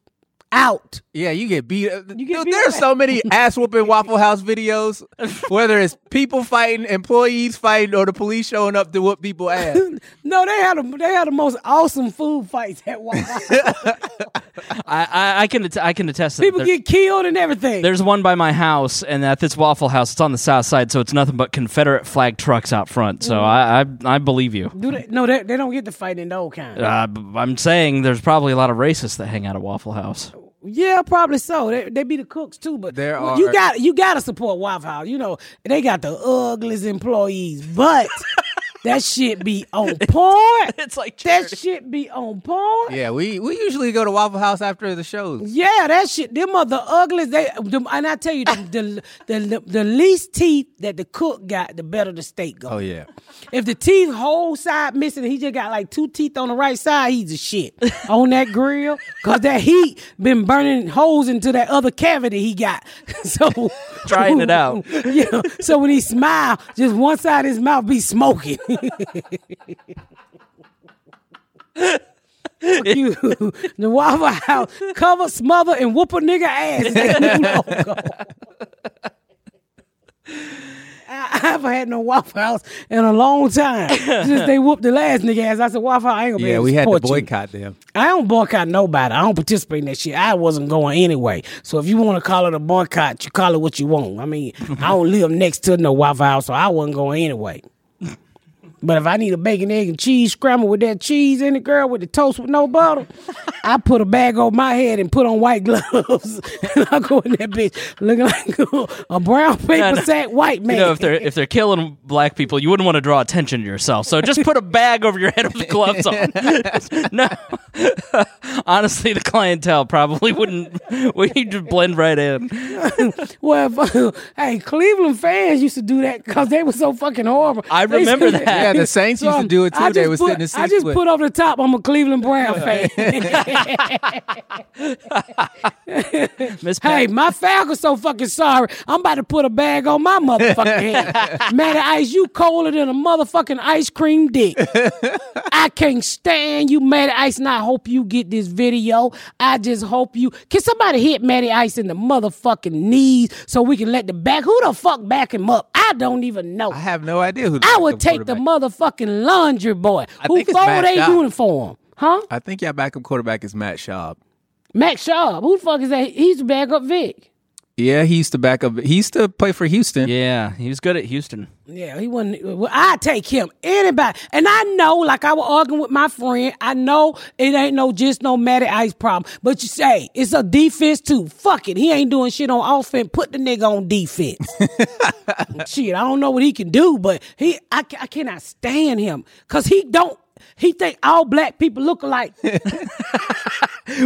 [SPEAKER 2] out.
[SPEAKER 3] Yeah, you get beat. up.
[SPEAKER 2] get
[SPEAKER 3] Dude,
[SPEAKER 2] beat
[SPEAKER 3] there are
[SPEAKER 2] up.
[SPEAKER 3] so many ass whooping Waffle House videos, whether it's people fighting, employees fighting, or the police showing up to whoop people ass.
[SPEAKER 2] No, they had a, they had the most awesome food fights at Waffle House.
[SPEAKER 1] I, I I can att- I can attest. that
[SPEAKER 2] People
[SPEAKER 1] there-
[SPEAKER 2] get killed and everything.
[SPEAKER 1] There's one by my house, and at this Waffle House, it's on the south side, so it's nothing but Confederate flag trucks out front.
[SPEAKER 2] Mm.
[SPEAKER 1] So I I, I believe you.
[SPEAKER 2] Do they, no, they, they don't get to fight in the old kind.
[SPEAKER 1] Uh, b- I'm saying there's probably a lot of racists that hang out at Waffle House.
[SPEAKER 2] Yeah, probably so. They, they be the cooks too, but
[SPEAKER 3] There
[SPEAKER 2] well, you
[SPEAKER 3] are-
[SPEAKER 2] got you got to support Waffle House. You know they got the ugliest employees, but That shit be on point.
[SPEAKER 6] It's like
[SPEAKER 2] that
[SPEAKER 6] charity.
[SPEAKER 2] shit be on point.
[SPEAKER 3] Yeah, we, we usually go to Waffle House after the shows.
[SPEAKER 2] Yeah, that shit. Them mother uglies. They them, and I tell you, the, the, the the least teeth that the cook got, the better the steak go.
[SPEAKER 3] Oh yeah,
[SPEAKER 2] If the teeth whole side missing, he just got like two teeth on the right side. He's a shit on that grill because that heat been burning holes into that other cavity he got. So
[SPEAKER 6] Drying it out.
[SPEAKER 2] Yeah. So when he smile, just one side of his mouth be smoking. Fuck you, the Waffle House, cover, smother, and whoop a nigga ass. That's the new logo. I, I haven't had no Waffle House in a long time. Since they whooped the last nigga ass, I said Waffle House. I ain't gonna be
[SPEAKER 3] yeah.
[SPEAKER 2] able
[SPEAKER 3] We had to
[SPEAKER 2] support you."
[SPEAKER 3] boycott them.
[SPEAKER 2] I don't boycott nobody. I don't participate in that shit. I wasn't going anyway. So if you want to call it a boycott, you call it what you want. I mean, I don't live next to no Waffle House, so I wasn't going anyway. But if I need a bacon, egg, and cheese scramble with that cheese in it, girl, with the toast with no butter, I put a bag over my head and put on white gloves, and I go in that bitch looking like a brown paper
[SPEAKER 6] no.
[SPEAKER 2] sack white man.
[SPEAKER 6] You know, if they're if they're killing black people, you wouldn't want to draw attention to yourself. So just put a bag over your head with gloves on. no, honestly, the clientele probably wouldn't. We just blend right in.
[SPEAKER 2] well, if- hey, Cleveland fans used to do that because they were so fucking horrible.
[SPEAKER 6] I
[SPEAKER 2] They used to-
[SPEAKER 6] remember that.
[SPEAKER 3] Yeah, the Saints used to do it
[SPEAKER 2] I
[SPEAKER 3] too. They
[SPEAKER 2] just
[SPEAKER 3] was
[SPEAKER 2] put-
[SPEAKER 3] sitting in
[SPEAKER 2] I
[SPEAKER 3] seats
[SPEAKER 2] just
[SPEAKER 3] with-
[SPEAKER 2] put over the top. I'm a Cleveland Brown fan.
[SPEAKER 6] Miss Pat,
[SPEAKER 2] hey, my Falcons so fucking sorry. I'm about to put a bag on my motherfucking head. Matty Ice, you colder than a motherfucking ice cream dick. I can't stand you, Matty Ice, and I hope you get this video. I just hope you can somebody hit Matty Ice in the motherfucking knees so we can let the back. Who the fuck back him up? I don't even know.
[SPEAKER 3] I have no idea who. The
[SPEAKER 2] I
[SPEAKER 3] backup
[SPEAKER 2] would take the
[SPEAKER 3] quarterback-
[SPEAKER 2] motherfucking laundry boy
[SPEAKER 3] I
[SPEAKER 2] who
[SPEAKER 3] think it's
[SPEAKER 2] fold
[SPEAKER 3] Matt
[SPEAKER 2] their
[SPEAKER 3] Schaub.
[SPEAKER 2] uniform. Huh?
[SPEAKER 3] I think your backup quarterback is Matt Schaub.
[SPEAKER 2] Max Schaub. Who the fuck is that? He's the backup Vic.
[SPEAKER 3] Yeah, he used to back up. He used to play for Houston.
[SPEAKER 6] yeah, he was good at Houston.
[SPEAKER 2] Yeah, he wouldn't. Well, I take him. Anybody. And I know, like I was arguing with my friend, I know it ain't no just no Matty Ice problem. But you say it's a defense too. Fuck it. He ain't doing shit on offense. Put the nigga on defense. shit, I don't know what he can do, but he, I, ca- I cannot stand him because he don't. He think all black people look alike.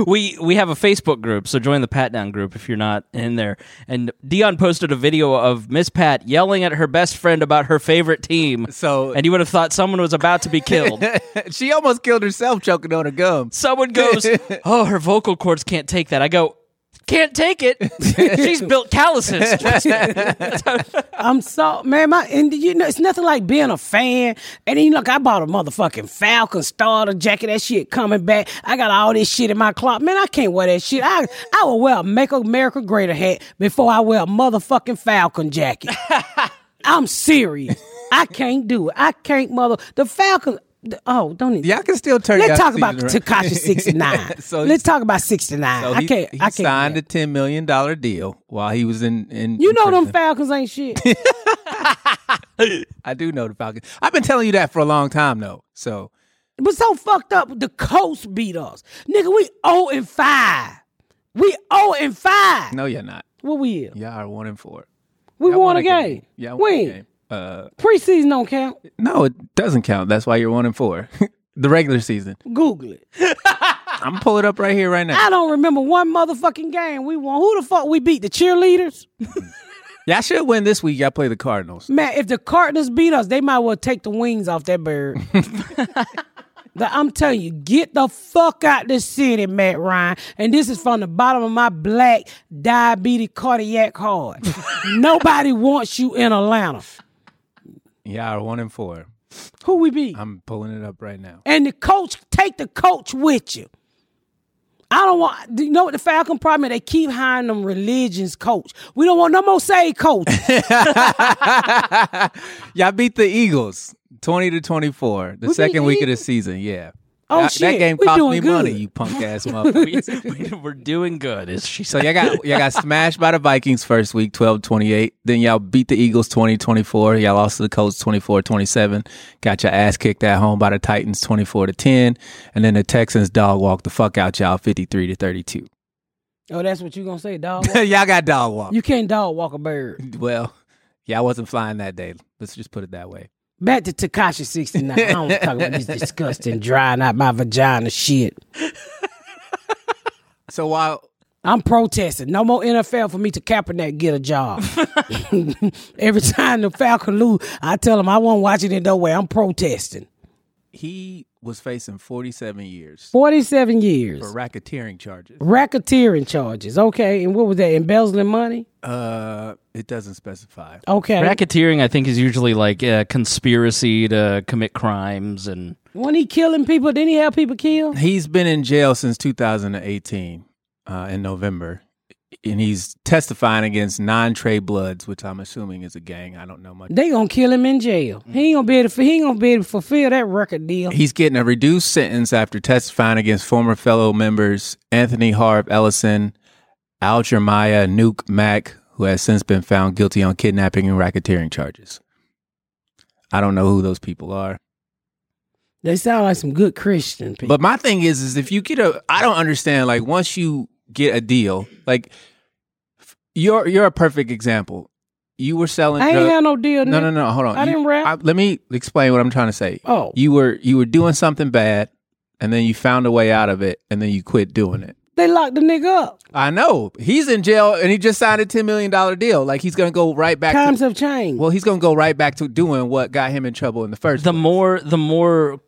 [SPEAKER 6] we we have a Facebook group, so join the Pat Down group if you're not in there. And Dion posted a video of Miss Pat yelling at her best friend about her favorite team.
[SPEAKER 3] So-
[SPEAKER 6] and you would have thought someone was about to be killed.
[SPEAKER 3] she almost killed herself choking on her gum.
[SPEAKER 6] someone goes, "Oh, her vocal cords can't take that." I go, "Can't take it. She's built calluses."
[SPEAKER 2] I'm so man, my and you know it's nothing like being a fan. And then look, I bought a motherfucking Falcon starter jacket. That shit coming back. I got all this shit in my closet. Man, I can't wear that shit. I I will wear a Make America Greater hat before I wear a motherfucking Falcon jacket. I'm serious. I can't do it. I can't mother the Falcon. the- Oh, don't even.
[SPEAKER 3] Y'all can still turn.
[SPEAKER 2] Let's
[SPEAKER 3] y'all
[SPEAKER 2] talk about
[SPEAKER 3] season around.
[SPEAKER 2] Takashi sixty nine.
[SPEAKER 3] So
[SPEAKER 2] Let's
[SPEAKER 3] he-
[SPEAKER 2] talk about sixty nine.
[SPEAKER 3] So
[SPEAKER 2] I
[SPEAKER 3] he,
[SPEAKER 2] can't.
[SPEAKER 3] He
[SPEAKER 2] I can't. do
[SPEAKER 3] signed
[SPEAKER 2] that.
[SPEAKER 3] a ten million dollar deal while he was in. in
[SPEAKER 2] You
[SPEAKER 3] in
[SPEAKER 2] know them
[SPEAKER 3] prison.
[SPEAKER 2] Falcons ain't shit.
[SPEAKER 3] I do know the Falcons. I've been telling you that for a long time though. So
[SPEAKER 2] It was so fucked up. The Colts beat us. Nigga, we 0 and 5. We 0 and 5.
[SPEAKER 3] no, you're not.
[SPEAKER 2] What we is?
[SPEAKER 3] Y'all are one and four.
[SPEAKER 2] We
[SPEAKER 3] Y'all
[SPEAKER 2] won a game.
[SPEAKER 3] Yeah, won a
[SPEAKER 2] when?
[SPEAKER 3] game. Uh,
[SPEAKER 2] Preseason don't count.
[SPEAKER 3] no, it doesn't count. That's why you're one and four. the regular season.
[SPEAKER 2] Google it.
[SPEAKER 3] I'm gonna pull it up right here, right now.
[SPEAKER 2] I don't remember one motherfucking game we won. Who the fuck we beat? The cheerleaders?
[SPEAKER 3] Y'all should win this week. Y'all play the Cardinals.
[SPEAKER 2] Man, if the Cardinals beat us, they might well take the wings off that bird. The- I'm telling you, get the fuck out the city, Matt Ryan. And this is from the bottom of my black diabetic cardiac heart. Nobody wants you in Atlanta.
[SPEAKER 3] Y'all are one and four.
[SPEAKER 2] Who we beat?
[SPEAKER 3] I'm pulling it up right now.
[SPEAKER 2] and the coach take the coach with you. I don't want. Do you know what the Falcon problem? is? They keep hiring them religions coach. We don't want no more say coach.
[SPEAKER 3] Y'all beat the Eagles twenty to twenty four. The
[SPEAKER 2] beat
[SPEAKER 3] second
[SPEAKER 2] the
[SPEAKER 3] week of the
[SPEAKER 2] Eagles?
[SPEAKER 3] season. Yeah.
[SPEAKER 2] Oh,
[SPEAKER 3] that,
[SPEAKER 2] shit.
[SPEAKER 3] That game
[SPEAKER 2] We
[SPEAKER 3] cost
[SPEAKER 2] doing
[SPEAKER 3] me money.
[SPEAKER 2] good.
[SPEAKER 3] You punk ass motherfucker.
[SPEAKER 6] We're doing good. Is she
[SPEAKER 3] so y'all got y'all got smashed by the Vikings first week 12-28. Then y'all beat the Eagles 20-24. Y'all lost to the Colts 24-27. Got your ass kicked at home by the Titans 24 to 10. And then the Texans dog walked the fuck out y'all 53 to 32.
[SPEAKER 2] oh, that's what you gonna say, dog? walk?
[SPEAKER 3] y'all got dog walked.
[SPEAKER 2] you can't dog walk a bird.
[SPEAKER 3] Well, yeah, I wasn't flying that day. Let's just put it that way.
[SPEAKER 2] Back to Takashi 69. I don't talk about this disgusting drying out my vagina shit.
[SPEAKER 3] So while
[SPEAKER 2] I'm protesting. No more NFL for me to Kaepernick get a job. Every time the Falcon lose, I tell him I won't watch it in no way. I'm protesting.
[SPEAKER 3] he was facing 47 years
[SPEAKER 2] 47 years.
[SPEAKER 3] for racketeering charges.
[SPEAKER 2] Racketeering charges. Okay. And what was that? Embezzling money?
[SPEAKER 3] Uh, it doesn't specify.
[SPEAKER 2] Okay.
[SPEAKER 1] Racketeering, I think, is usually like a conspiracy to commit crimes and
[SPEAKER 2] When he killing people, didn't he have people killed?
[SPEAKER 3] He's been in jail since 2018 uh, in November, and he's testifying against non Trey Bloods, which I'm assuming is a gang. I don't know much.
[SPEAKER 2] They gonna kill him in jail. He ain't gonna be able to, he ain't gonna be able to fulfill that record deal.
[SPEAKER 3] He's getting a reduced sentence after testifying against former fellow members Anthony Harp Ellison, Al Jeremiah, Nuke Mack, who has since been found guilty on kidnapping and racketeering charges. I don't know who those people are.
[SPEAKER 2] They sound like some good Christian people.
[SPEAKER 3] But my thing is, is if you get a, I don't understand. Like once you get a deal, like f- you're you're a perfect example. You were selling.
[SPEAKER 2] I ain't
[SPEAKER 3] drugs-
[SPEAKER 2] had no deal.
[SPEAKER 3] no,
[SPEAKER 2] nigga.
[SPEAKER 3] no, no. Hold on.
[SPEAKER 2] I
[SPEAKER 3] You-
[SPEAKER 2] didn't rap.
[SPEAKER 3] let me explain what I'm trying to say.
[SPEAKER 2] Oh.
[SPEAKER 3] you were you were doing something bad, and then you found a way out of it, and then you quit doing it.
[SPEAKER 2] They locked the nigga up.
[SPEAKER 3] I know he's in jail, and he just signed a ten million dollar deal. Like he's gonna go right back.
[SPEAKER 2] Times
[SPEAKER 3] To,
[SPEAKER 2] have changed.
[SPEAKER 3] well, he's gonna go right back to doing what got him in trouble in the first.
[SPEAKER 1] the
[SPEAKER 3] place.
[SPEAKER 1] more the more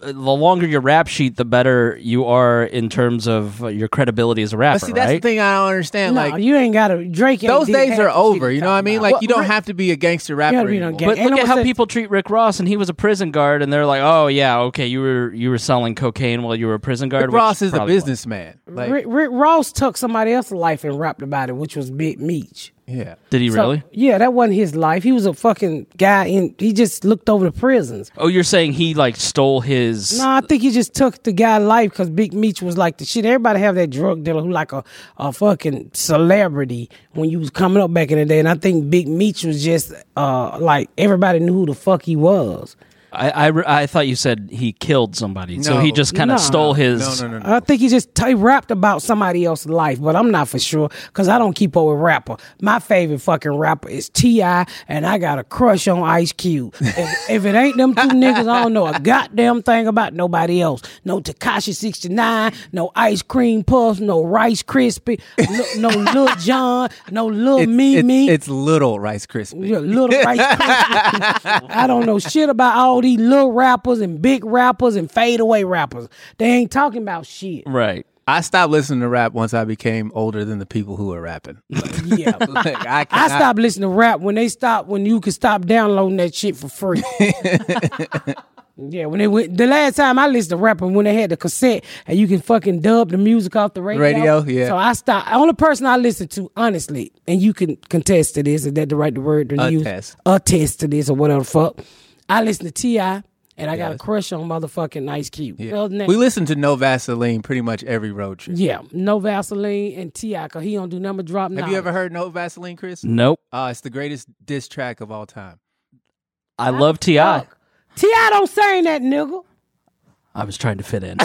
[SPEAKER 1] the longer your rap sheet the better you are in terms of uh, your credibility as a rapper
[SPEAKER 3] But see, that's
[SPEAKER 1] right
[SPEAKER 3] the thing I don't understand.
[SPEAKER 2] no,
[SPEAKER 3] like
[SPEAKER 2] you ain't got to Drake. ain't
[SPEAKER 3] those
[SPEAKER 2] did half
[SPEAKER 3] days
[SPEAKER 2] the
[SPEAKER 3] are
[SPEAKER 2] shit
[SPEAKER 3] over.
[SPEAKER 2] he
[SPEAKER 3] You know what I
[SPEAKER 2] talking
[SPEAKER 3] mean?
[SPEAKER 2] about.
[SPEAKER 3] Like you don't have to be a gangster rapper.
[SPEAKER 2] Yeah, we don't
[SPEAKER 3] anymore.
[SPEAKER 2] get-
[SPEAKER 1] but
[SPEAKER 2] Ain't
[SPEAKER 1] look
[SPEAKER 2] no
[SPEAKER 1] at how
[SPEAKER 2] such-
[SPEAKER 1] people treat Rick Ross, and he was a prison guard, and they're like, "Oh yeah, okay, you were you were selling cocaine while you were a prison guard."
[SPEAKER 3] Rick
[SPEAKER 1] which
[SPEAKER 3] Ross is a
[SPEAKER 1] probably was.
[SPEAKER 3] businessman. Like,
[SPEAKER 2] Rick, Rick Ross took somebody else's life and rapped about it, which was Big Meech.
[SPEAKER 3] yeah,
[SPEAKER 1] Did he
[SPEAKER 2] So,
[SPEAKER 1] really?
[SPEAKER 2] Yeah, that wasn't his life. He was a fucking guy, and he just looked over the prisons.
[SPEAKER 1] Oh, you're saying he like stole his?
[SPEAKER 2] No, I think he just took the guy's life because Big Meech was like the shit. Everybody have that drug dealer who like a, a fucking celebrity when you was coming up back in the day, and I think Big Meech was just uh like everybody knew who the fuck he was.
[SPEAKER 1] I, I re- I thought you said he killed somebody, so he
[SPEAKER 3] No.
[SPEAKER 1] just kind
[SPEAKER 2] No.
[SPEAKER 1] of stole his.
[SPEAKER 3] no, no, no, no.
[SPEAKER 2] I think he just he rapped about somebody else's life, but I'm not for sure because I don't keep up with rapper. My favorite fucking rapper is T.I. and I got a crush on Ice Cube. If, if it ain't them two niggas, I don't know a goddamn thing about nobody else. No Takashi 69, no Ice Cream Puffs, no Rice Krispie, no, no Lil John, no Lil
[SPEAKER 3] It's,
[SPEAKER 2] Me
[SPEAKER 3] it's-
[SPEAKER 2] Me.
[SPEAKER 3] it's little Rice Krispies.
[SPEAKER 2] Yeah, little Rice Krispies. I don't know shit about all these little rappers and big rappers and fadeaway rappers. They ain't talking about shit.
[SPEAKER 1] Right.
[SPEAKER 3] I stopped listening to rap once I became older than the people who were rapping.
[SPEAKER 2] Yeah.
[SPEAKER 3] Like, I,
[SPEAKER 2] I
[SPEAKER 3] cannot-
[SPEAKER 2] stopped listening to rap when they stopped when you could stop downloading that shit for free. yeah, when they went the last time I listened to rapping when they had the cassette and you can fucking dub the music off the radio.
[SPEAKER 3] Radio, yeah.
[SPEAKER 2] So I stopped. Only person I listened to, honestly, and you can contest to this. Is that the right word to use?
[SPEAKER 3] Attest.
[SPEAKER 2] Attest to this or whatever the fuck. I listened to Ti and I got a crush on motherfucking Ice Cube.
[SPEAKER 3] Yeah.
[SPEAKER 2] Other than that-
[SPEAKER 3] We listened to No Vaseline pretty much every road trip.
[SPEAKER 2] yeah, no Vaseline and Ti, cause he don't do nothing but drop.
[SPEAKER 3] Have you ever heard No Vaseline, Chris?
[SPEAKER 1] Nope.
[SPEAKER 3] Uh, it's the greatest diss track of all time.
[SPEAKER 1] I love Ti. I
[SPEAKER 2] Ti don't sing that nigga.
[SPEAKER 1] was trying to fit in.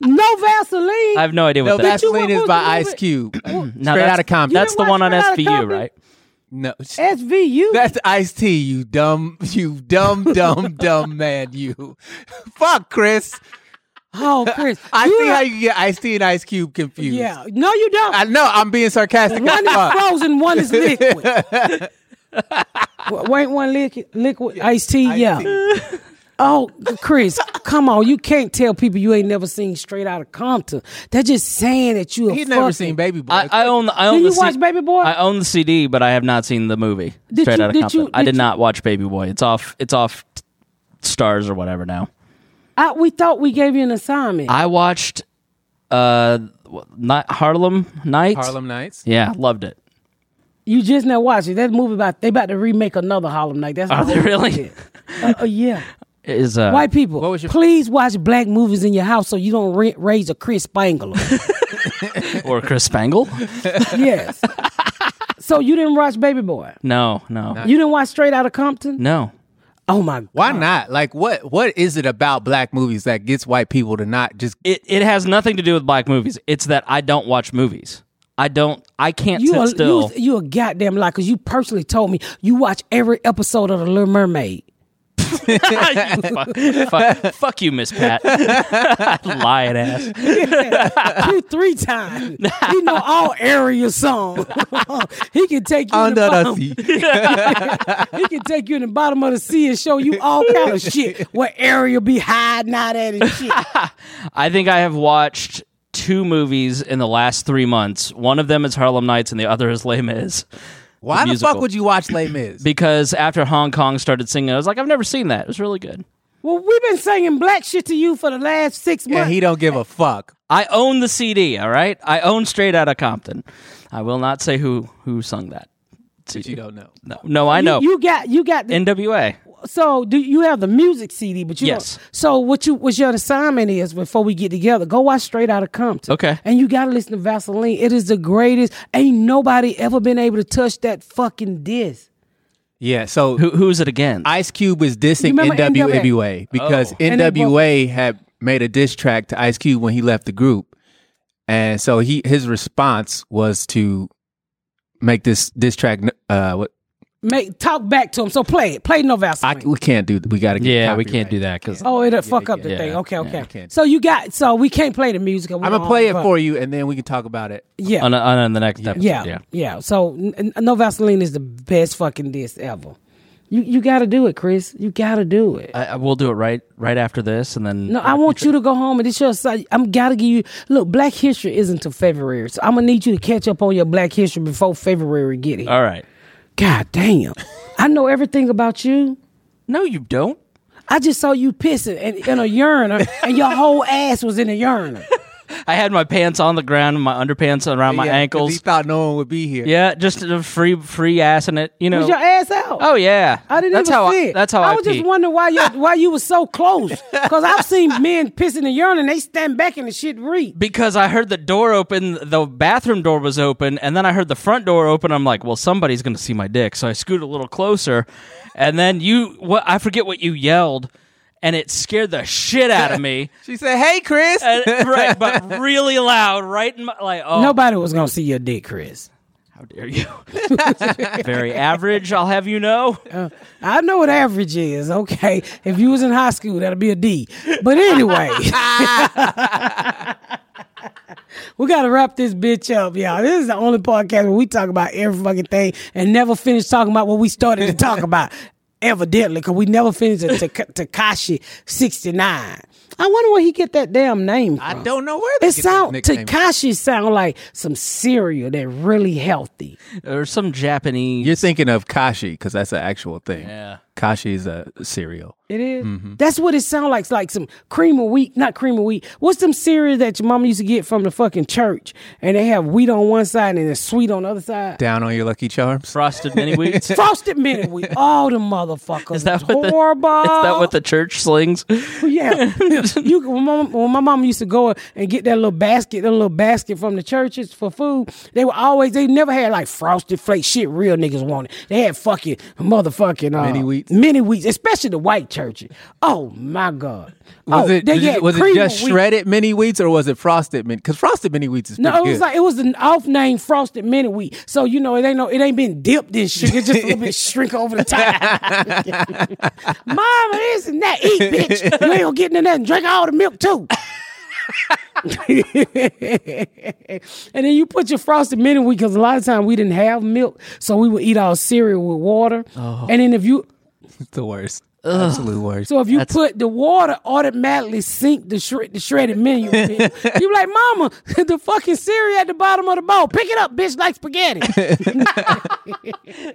[SPEAKER 2] No Vaseline.
[SPEAKER 1] I have no idea what
[SPEAKER 3] No
[SPEAKER 1] that. is.
[SPEAKER 2] you-
[SPEAKER 3] Vaseline
[SPEAKER 2] what
[SPEAKER 3] is
[SPEAKER 2] was
[SPEAKER 3] by
[SPEAKER 2] the
[SPEAKER 3] Ice
[SPEAKER 2] movie?
[SPEAKER 3] Cube.
[SPEAKER 1] Now
[SPEAKER 3] Straight
[SPEAKER 1] that's-
[SPEAKER 3] out of Compton.
[SPEAKER 1] That's the
[SPEAKER 2] watch
[SPEAKER 1] one on
[SPEAKER 2] Straight Outta
[SPEAKER 1] SVU,
[SPEAKER 2] Compton?
[SPEAKER 1] right?
[SPEAKER 3] No,
[SPEAKER 2] SVU.
[SPEAKER 3] That's Ice T, you dumb, you dumb, dumb, dumb man, you. Fuck, Chris.
[SPEAKER 2] oh, Chris.
[SPEAKER 3] I
[SPEAKER 2] you
[SPEAKER 3] see
[SPEAKER 2] are-
[SPEAKER 3] how you get Ice T and Ice Cube confused.
[SPEAKER 2] Yeah. No, you don't.
[SPEAKER 3] I know, I'm being sarcastic.
[SPEAKER 2] one
[SPEAKER 3] as
[SPEAKER 2] is
[SPEAKER 3] fuck.
[SPEAKER 2] frozen, one is liquid. W- Wait, one liquid, liquid iced tea. yeah. Oh, Chris, come on! You can't tell people you ain't never seen Straight Outta Compton. They're just saying that you. a
[SPEAKER 3] He's never
[SPEAKER 2] fucking-
[SPEAKER 3] seen Baby Boy.
[SPEAKER 1] I, I own. I own
[SPEAKER 2] Did
[SPEAKER 1] the
[SPEAKER 2] you watch Baby Boy?
[SPEAKER 1] I uh, own the CD, but I have not seen the movie.
[SPEAKER 2] Did
[SPEAKER 1] Straight
[SPEAKER 2] you-
[SPEAKER 1] out
[SPEAKER 2] did
[SPEAKER 1] of
[SPEAKER 2] you-
[SPEAKER 1] Compton. I
[SPEAKER 2] did
[SPEAKER 1] did
[SPEAKER 2] you-
[SPEAKER 1] not watch Baby Boy. It's off. It's off. t- Stars or whatever now.
[SPEAKER 2] I, we thought we gave you an assignment.
[SPEAKER 1] I watched. Uh, wh- not Harlem Nights.
[SPEAKER 3] Harlem Nights.
[SPEAKER 1] Yeah, loved it.
[SPEAKER 2] you just now watched it. That movie about they about to remake another Harlem Night. That's
[SPEAKER 1] Are
[SPEAKER 2] the
[SPEAKER 1] they
[SPEAKER 2] whole
[SPEAKER 1] really?
[SPEAKER 2] shit. Uh, uh, yeah.
[SPEAKER 1] Is uh,
[SPEAKER 2] White people,
[SPEAKER 3] What was your-
[SPEAKER 2] please watch black movies in your house so you don't ra- raise a Chris Spangler.
[SPEAKER 1] or Chris Spangle?
[SPEAKER 2] yes. so you didn't watch Baby Boy?
[SPEAKER 1] No, no,
[SPEAKER 2] You didn't watch Straight Outta Compton?
[SPEAKER 1] no.
[SPEAKER 2] Oh my!
[SPEAKER 3] Why not? Like, what? What is it about black movies that gets white people to not just?
[SPEAKER 1] It it has nothing to do with black movies. It's that I don't watch movies. I don't. I can't
[SPEAKER 2] You
[SPEAKER 1] sit
[SPEAKER 2] a,
[SPEAKER 1] still.
[SPEAKER 2] you you a goddamn liar because you personally told me you watch every episode of The Little Mermaid.
[SPEAKER 1] fuck, fuck, fuck you, Miss Pat. Lying ass.
[SPEAKER 2] you three times. He know all area songs. he can take you in
[SPEAKER 3] Under
[SPEAKER 2] the
[SPEAKER 3] the
[SPEAKER 2] bottom.
[SPEAKER 3] sea.
[SPEAKER 2] He can take you in the bottom of the sea and show you all kind of shit. What area be hiding out at and shit.
[SPEAKER 1] I think I have watched two movies in the last three months. One of them is Harlem Nights, and the other is Les Mis.
[SPEAKER 3] Why the
[SPEAKER 1] musical.
[SPEAKER 3] fuck would you watch Les Mis?
[SPEAKER 1] Because after Hong Kong started singing, I was like, I've never seen that. It was really good.
[SPEAKER 2] Well, we've been singing black shit to you for the last six months.
[SPEAKER 3] and he don't give a fuck.
[SPEAKER 1] I own the CD. All right, I own Straight Outta Compton. I will not say who who sung that.
[SPEAKER 3] You don't know.
[SPEAKER 1] No, no, I
[SPEAKER 2] You-
[SPEAKER 1] know.
[SPEAKER 2] You, got you got the,
[SPEAKER 1] NWA.
[SPEAKER 2] so do you have the music CD? But you
[SPEAKER 1] Yes.
[SPEAKER 2] Don't, so what you what your assignment is before we get together? Go watch Straight Outta Compton.
[SPEAKER 1] Okay.
[SPEAKER 2] And you gotta listen to Vaseline. It is the greatest. Ain't nobody ever been able to touch that fucking disc.
[SPEAKER 3] Yeah, so
[SPEAKER 1] Who, who's it again?
[SPEAKER 3] Ice Cube was
[SPEAKER 2] You
[SPEAKER 3] dissing
[SPEAKER 2] remember NWA?
[SPEAKER 1] Oh.
[SPEAKER 3] NWA because
[SPEAKER 2] And they
[SPEAKER 3] NWA had made a diss track to Ice Cube when he left the group, and so he his response was to make this diss track. Uh, what
[SPEAKER 2] Make talk back to him. So play it. Play no
[SPEAKER 3] I,
[SPEAKER 2] Vaseline.
[SPEAKER 3] we can't do. We gotta get
[SPEAKER 1] yeah, we can't
[SPEAKER 3] copyright.
[SPEAKER 1] do that because
[SPEAKER 2] Oh, it'll fuck up the
[SPEAKER 1] yeah,
[SPEAKER 2] thing. Okay,
[SPEAKER 1] yeah,
[SPEAKER 2] okay.
[SPEAKER 1] you
[SPEAKER 3] can't.
[SPEAKER 2] so you got so we can't play the music.
[SPEAKER 3] I'm gonna play it for you, and then we can talk about it.
[SPEAKER 2] yeah,
[SPEAKER 1] on, on, on the next episode.
[SPEAKER 2] yeah, yeah, So n- n- no Vaseline is the best fucking disc ever. You you got to do it, Chris. You got to do it.
[SPEAKER 1] I, I- Uh, we'll do it right right after this, and then
[SPEAKER 2] No, I want you to go home and it's your side. I'm gotta give you look. Black History isn't till February, so I'm gonna need you to catch up on your Black History before February get here.
[SPEAKER 1] All right.
[SPEAKER 2] God damn, I know everything about you.
[SPEAKER 1] No, you don't.
[SPEAKER 2] I just saw you pissing in, in a uriner, and your whole ass was in a uriner.
[SPEAKER 1] I had my pants on the ground, and my underpants around my
[SPEAKER 3] Yeah, 'cause He
[SPEAKER 1] ankles.
[SPEAKER 3] thought no one would be here.
[SPEAKER 1] Yeah, just a free free ass in it. You know.
[SPEAKER 2] Was your ass out?
[SPEAKER 1] oh yeah.
[SPEAKER 2] I didn't
[SPEAKER 1] that's
[SPEAKER 2] even
[SPEAKER 1] how
[SPEAKER 2] see
[SPEAKER 1] I,
[SPEAKER 2] it.
[SPEAKER 1] That's how I,
[SPEAKER 2] I was
[SPEAKER 1] pee.
[SPEAKER 2] just wondering why you why you was so close. Because I've seen men pissing and urine and they stand back and the shit reek.
[SPEAKER 1] because I heard the door open, the bathroom door was open, and then I heard the front door open. I'm like, well, somebody's going to see my dick. So I scoot a little closer, and then you, what I forget what you yelled, and it scared the shit out of me.
[SPEAKER 3] She said, "Hey, Chris."
[SPEAKER 1] And- right, but really loud, right in my, like, oh,
[SPEAKER 2] Nobody was gonna see your dick, Chris.
[SPEAKER 1] how dare you? Very average, I'll have you know.
[SPEAKER 2] I know what average is, okay. If you was in high school, that'd be a D. But anyway. we gotta wrap this bitch up, y'all. This is the only podcast where we talk about every fucking thing and never finish talking about what we started to talk about. Evidently, because we never finished a Takashi 69. I wonder where he get that damn name from.
[SPEAKER 3] I don't know where they
[SPEAKER 2] It
[SPEAKER 3] get this
[SPEAKER 2] sound
[SPEAKER 3] nickname from.
[SPEAKER 2] Takashi sound like some cereal that really healthy.
[SPEAKER 1] Or some Japanese.
[SPEAKER 3] You're thinking of Kashi because that's an actual thing.
[SPEAKER 1] Yeah.
[SPEAKER 3] Kashi is a cereal.
[SPEAKER 2] It is?
[SPEAKER 1] Mm-hmm.
[SPEAKER 2] That's what it sound like. It's like some cream of wheat, not cream of wheat. What's them cereal that your mama used to get from the fucking church? And they have wheat on one side and it's sweet on the other side.
[SPEAKER 3] Down on your Lucky Charms.
[SPEAKER 1] Frosted mini wheats. Is
[SPEAKER 2] Frosted Minute Wheat. All the motherfuckers. Is
[SPEAKER 1] that
[SPEAKER 2] that
[SPEAKER 1] what the,
[SPEAKER 2] horrible?
[SPEAKER 1] is that what the church slings?
[SPEAKER 2] Yeah, you can- when my, when my mom used to go and get that little basket, that little basket from the churches for food. They were always they never had like frosted flakes shit. Real niggas wanted. They had fucking motherfucking uh,
[SPEAKER 3] Mini wheats?
[SPEAKER 2] mini wheats, especially the white churches. Oh my god,
[SPEAKER 3] Was
[SPEAKER 2] Oh,
[SPEAKER 3] it
[SPEAKER 2] they
[SPEAKER 3] did you-
[SPEAKER 2] had
[SPEAKER 3] was it
[SPEAKER 2] cream
[SPEAKER 3] just
[SPEAKER 2] wheat.
[SPEAKER 3] shredded mini wheats or was it frosted mini? Because frosted mini wheats is pretty
[SPEAKER 2] No, it was
[SPEAKER 3] good.
[SPEAKER 2] like it was an off name frosted mini wheat. So you know it ain't no it ain't been dipped in sugar, just a little bit shrink over the top. Mama, this and that. Eat, bitch. You ain't gonna get into nothing. Drink all the milk too. and then you put your frosted mini wheat because a lot of time we didn't have milk, so we would eat our cereal with water.
[SPEAKER 3] Oh.
[SPEAKER 2] And then if you
[SPEAKER 3] the worst, absolute worst.
[SPEAKER 2] so if you put the water automatically sink the, shred the shredded menu. you be like, Mama, the fucking cereal at the bottom of the bowl. Pick it up, bitch, like spaghetti.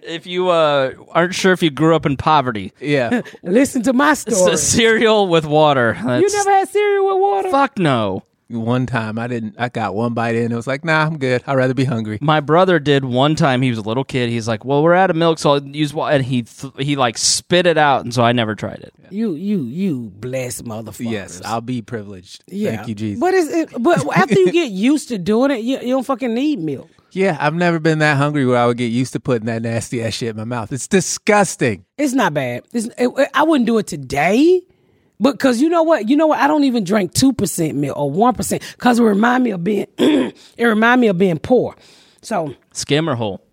[SPEAKER 1] if you uh, aren't sure if you grew up in poverty,
[SPEAKER 3] yeah,
[SPEAKER 2] Listen to my
[SPEAKER 1] it's
[SPEAKER 2] story.
[SPEAKER 1] a cereal with water. That's,
[SPEAKER 2] you never had cereal with water?
[SPEAKER 1] fuck no.
[SPEAKER 3] one time I didn't. I got one bite in. It was like, nah, I'm good. I'd rather be hungry.
[SPEAKER 1] My brother did one time. He was a little kid. He's like, "Well, we're out of milk, so I'll use water." And he th- he like spit it out, and so I never tried it.
[SPEAKER 2] You, you, you blessed motherfucker.
[SPEAKER 3] Yes, I'll be privileged. Thank you, Jesus.
[SPEAKER 2] But it's, it, but after you get used to doing it, you, you don't fucking need milk.
[SPEAKER 3] yeah, I've never been that hungry where I would get used to putting that nasty ass shit in my mouth. It's disgusting.
[SPEAKER 2] It's not bad. It's, it, I wouldn't do it today. But cause you know what, you know what, I don't even drink two percent milk or one percent because it remind me of being it remind me of being poor. So
[SPEAKER 6] Skim or whole?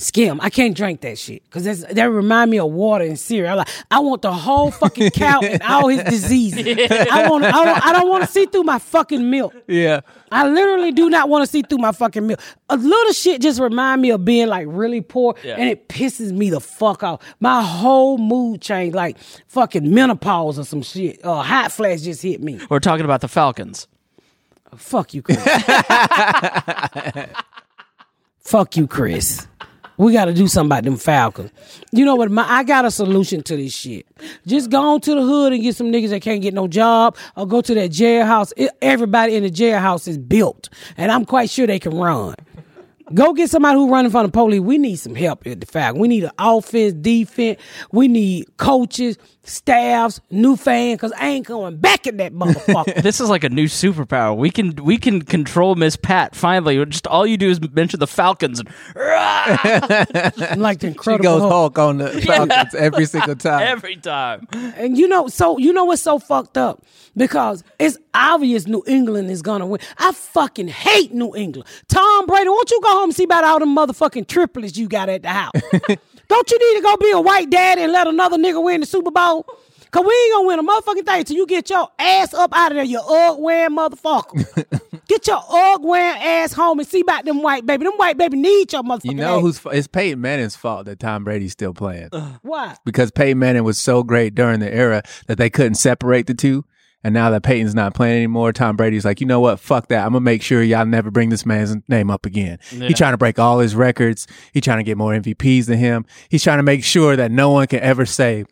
[SPEAKER 2] skim, I can't drink that shit because that remind me of water and cereal. I like I want the whole fucking cow and all his diseases. I want I don't, I don't want to see through my fucking milk.
[SPEAKER 3] Yeah.
[SPEAKER 2] I literally do not want to see through my fucking milk. A little shit just remind me of being like really poor, and it pisses me the fuck off. My whole mood changed, like fucking menopause or some shit. Uh, hot flash just hit me.
[SPEAKER 6] We're talking about the Falcons.
[SPEAKER 2] Fuck you, Chris. Fuck you, Chris. We got to do something about them Falcons. You know what? My, I got a solution to this shit. Just go on to the hood and get some niggas that can't get no job or go to that jailhouse. It- everybody in the jailhouse is built, and I'm quite sure they can run. Go get somebody who running from the police. We need some help at the Falcons. We need an offense, defense. We need coaches, staffs, new fans, because I ain't going back at that motherfucker.
[SPEAKER 6] This is like a new superpower. We can we can control Miss Pat finally. Just all you do is mention the Falcons and
[SPEAKER 2] I'm like the
[SPEAKER 3] She
[SPEAKER 2] incredible
[SPEAKER 3] goes
[SPEAKER 2] Hulk.
[SPEAKER 3] Hulk on the Falcons every single time.
[SPEAKER 6] every time.
[SPEAKER 2] And you know, so you know what's so fucked up because it's obvious New England is gonna win. I fucking hate New England. Tom Brady, won't you go home and see about all the motherfucking triplets you got at the house? Don't you need to go be a white daddy and let another nigga win the Super Bowl? Cause we ain't gonna win a motherfucking thing till you get your ass up out of there, you ug wearing motherfucker. get your ug wearing ass home and see about them white baby. Them white baby need your motherfucking
[SPEAKER 3] You know
[SPEAKER 2] ass.
[SPEAKER 3] who's it's Peyton Manning's fault that Tom Brady's still playing
[SPEAKER 2] why?
[SPEAKER 3] because Peyton Manning was so great during the era that they couldn't separate the two. And now that Peyton's not playing anymore, Tom Brady's like, you know what? Fuck that. I'm gonna make sure y'all never bring this man's name up again. He trying to break all his records. He trying to get more MVPs than him. He's trying to make sure that no one can ever say,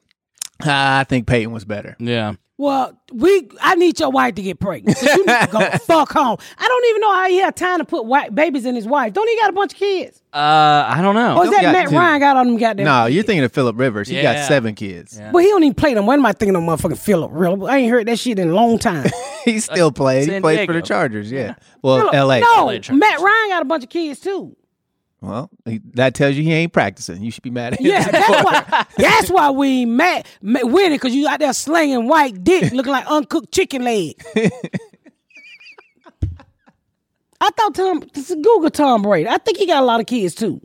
[SPEAKER 3] ah, I think Peyton was better.
[SPEAKER 6] Yeah.
[SPEAKER 2] Well, we I need your wife to get pregnant. So you need to go the fuck home. I don't even know how he had time to put white babies in his wife. Don't he got a bunch of kids?
[SPEAKER 6] Uh, I don't know.
[SPEAKER 2] Or is that
[SPEAKER 3] got
[SPEAKER 2] Matt
[SPEAKER 3] two.
[SPEAKER 2] Ryan got all them goddamn?
[SPEAKER 3] No, you're thinking of Philip Rivers. He
[SPEAKER 6] Yeah.
[SPEAKER 3] got seven kids.
[SPEAKER 2] But he don't even play them. When am I thinking of motherfucking Philip? Real? I ain't heard that shit in a long time.
[SPEAKER 3] He still plays. He
[SPEAKER 6] San
[SPEAKER 3] plays for the
[SPEAKER 6] Diego.
[SPEAKER 3] Chargers. Yeah. Well, L.A.
[SPEAKER 2] No,
[SPEAKER 6] LA Chargers.
[SPEAKER 2] Matt Ryan got a bunch of kids too.
[SPEAKER 3] Well, he, that tells you he ain't practicing. You should be mad at him.
[SPEAKER 2] Yeah, that's why. That's why we ain't mad, mad winning because you out there slinging white dick, looking like uncooked chicken leg. I thought Tom. This is Google Tom Brady. I think he got a lot of kids too.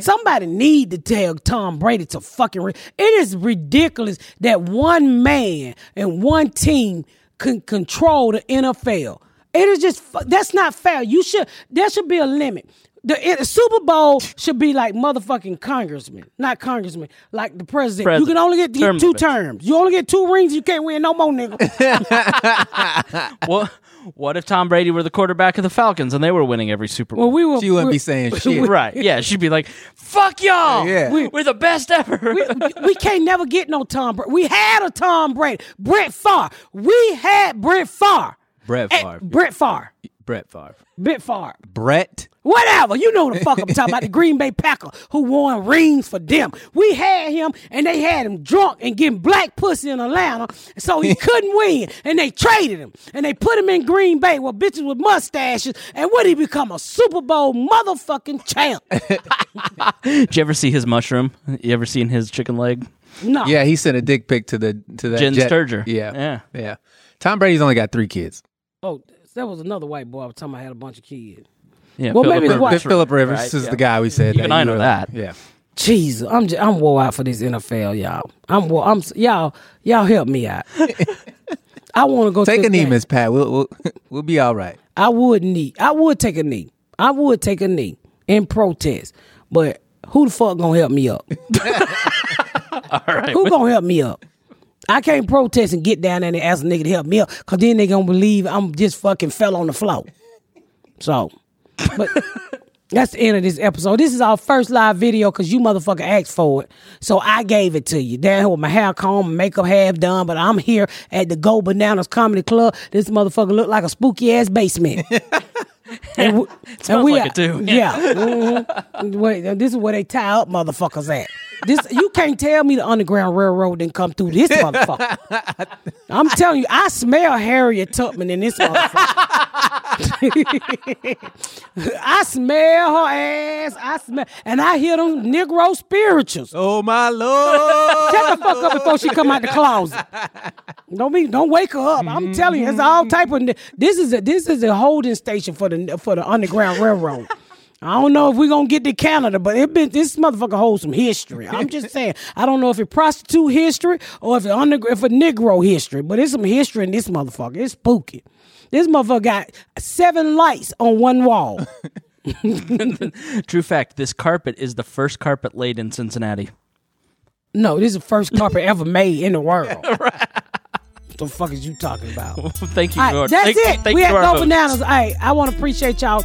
[SPEAKER 2] Somebody need to tell Tom Brady to fucking. Re- it is ridiculous that one man and one team can control the NFL. It is just fu- that's not fair. You should there should be a limit. The it- Super Bowl should be like motherfucking congressman, not congressman, like the president. You
[SPEAKER 6] President.
[SPEAKER 2] can only get, get
[SPEAKER 6] Term
[SPEAKER 2] two
[SPEAKER 6] limits.
[SPEAKER 2] terms. You only get two rings. You can't win no more, nigga.
[SPEAKER 6] What what if Tom Brady were the quarterback of the Falcons and they were winning every Super Bowl?
[SPEAKER 2] Well, we were
[SPEAKER 3] She wouldn't
[SPEAKER 2] we-
[SPEAKER 3] be saying shit.
[SPEAKER 6] right. Yeah, she'd be like, "Fuck y'all.
[SPEAKER 3] Yeah.
[SPEAKER 6] We, are the best ever."
[SPEAKER 2] we, we can't never get no Tom Brady. We had a Tom Brady. Brett Favre. We had Brett Favre.
[SPEAKER 3] Brett
[SPEAKER 2] Eh,
[SPEAKER 3] Favre.
[SPEAKER 2] Brett Favre.
[SPEAKER 3] Brett Favre.
[SPEAKER 2] Brett Favre.
[SPEAKER 3] Brett.
[SPEAKER 2] Whatever. You know the fuck I'm talking about. The Green Bay Packer who won rings for them. We had him and they had him drunk and getting black pussy in Atlanta. So he couldn't win. And they traded him. And they put him in Green Bay with bitches with mustaches. And would he become a Super Bowl motherfucking champ?
[SPEAKER 6] Did you ever see his mushroom? You ever seen his chicken leg?
[SPEAKER 2] No.
[SPEAKER 3] Yeah, he sent a dick pic to the to that
[SPEAKER 6] Jen
[SPEAKER 3] jet-
[SPEAKER 6] Sturger.
[SPEAKER 3] Yeah,
[SPEAKER 6] Yeah.
[SPEAKER 3] yeah. Tom Brady's only got three kids.
[SPEAKER 2] Oh, that was another white boy I was talking about had a bunch of kids.
[SPEAKER 6] Yeah.
[SPEAKER 2] Well,
[SPEAKER 6] Philip
[SPEAKER 2] maybe it's
[SPEAKER 6] Rivers.
[SPEAKER 2] what-
[SPEAKER 3] Philip, Philip Rivers
[SPEAKER 6] Right,
[SPEAKER 3] is
[SPEAKER 6] yeah.
[SPEAKER 3] the guy we said.
[SPEAKER 6] Even
[SPEAKER 3] that
[SPEAKER 6] I
[SPEAKER 3] you
[SPEAKER 6] know
[SPEAKER 3] were-
[SPEAKER 6] that.
[SPEAKER 3] Yeah,
[SPEAKER 2] Jesus, I'm j I'm wore out for this NFL, y'all. I'm wore. I'm s- y'all. Y'all help me out. I want to go
[SPEAKER 3] take
[SPEAKER 2] to
[SPEAKER 3] a knee,
[SPEAKER 2] game.
[SPEAKER 3] Miss Pat. We'll, we'll we'll be all right.
[SPEAKER 2] I would knee. I would take a knee. I would take a knee in protest. But who the fuck gonna help me up? Who gonna help me up? I can't protest and get down there and ask a nigga to help me up, cause then they gonna believe I'm just fucking fell on the floor. So, but that's the end of this episode. This is our first live video, cause you motherfucker asked for it, so I gave it to you. Down here with my hair comb, makeup half done, but I'm here at the Go Bananas Comedy Club. This motherfucker look like a spooky ass basement. and we, and
[SPEAKER 6] like it, too.
[SPEAKER 2] Yeah. mhm. Wait, this is where they tie up motherfuckers at. This you can't tell me the Underground Railroad didn't come through this motherfucker. I'm telling you, I smell Harriet Tubman in this motherfucker. I smell her ass. I smell, and I hear them Negro spirituals.
[SPEAKER 3] Oh my lord!
[SPEAKER 2] Shut the fuck up before she come out the closet. Don't be, don't wake her up. I'm telling you, it's all type of. This is a this is a holding station for the for the Underground Railroad. I don't know if we're gonna get to Canada, but it been this motherfucker holds some history. I'm just saying. I don't know if it prostitute history or if it under if a Negro history, but it's some history in this motherfucker. It's spooky. This motherfucker got seven lights on one wall.
[SPEAKER 6] True fact, this carpet is the first carpet laid in Cincinnati.
[SPEAKER 2] No, this is the first carpet ever made in the world. What the fuck is you talking about?
[SPEAKER 6] Thank you,
[SPEAKER 2] All right,
[SPEAKER 6] George.
[SPEAKER 2] that's
[SPEAKER 6] thank,
[SPEAKER 2] it.
[SPEAKER 6] Thank
[SPEAKER 2] we
[SPEAKER 6] you
[SPEAKER 2] have
[SPEAKER 6] to our
[SPEAKER 2] no
[SPEAKER 6] votes.
[SPEAKER 2] bananas. All right, I want to appreciate y'all.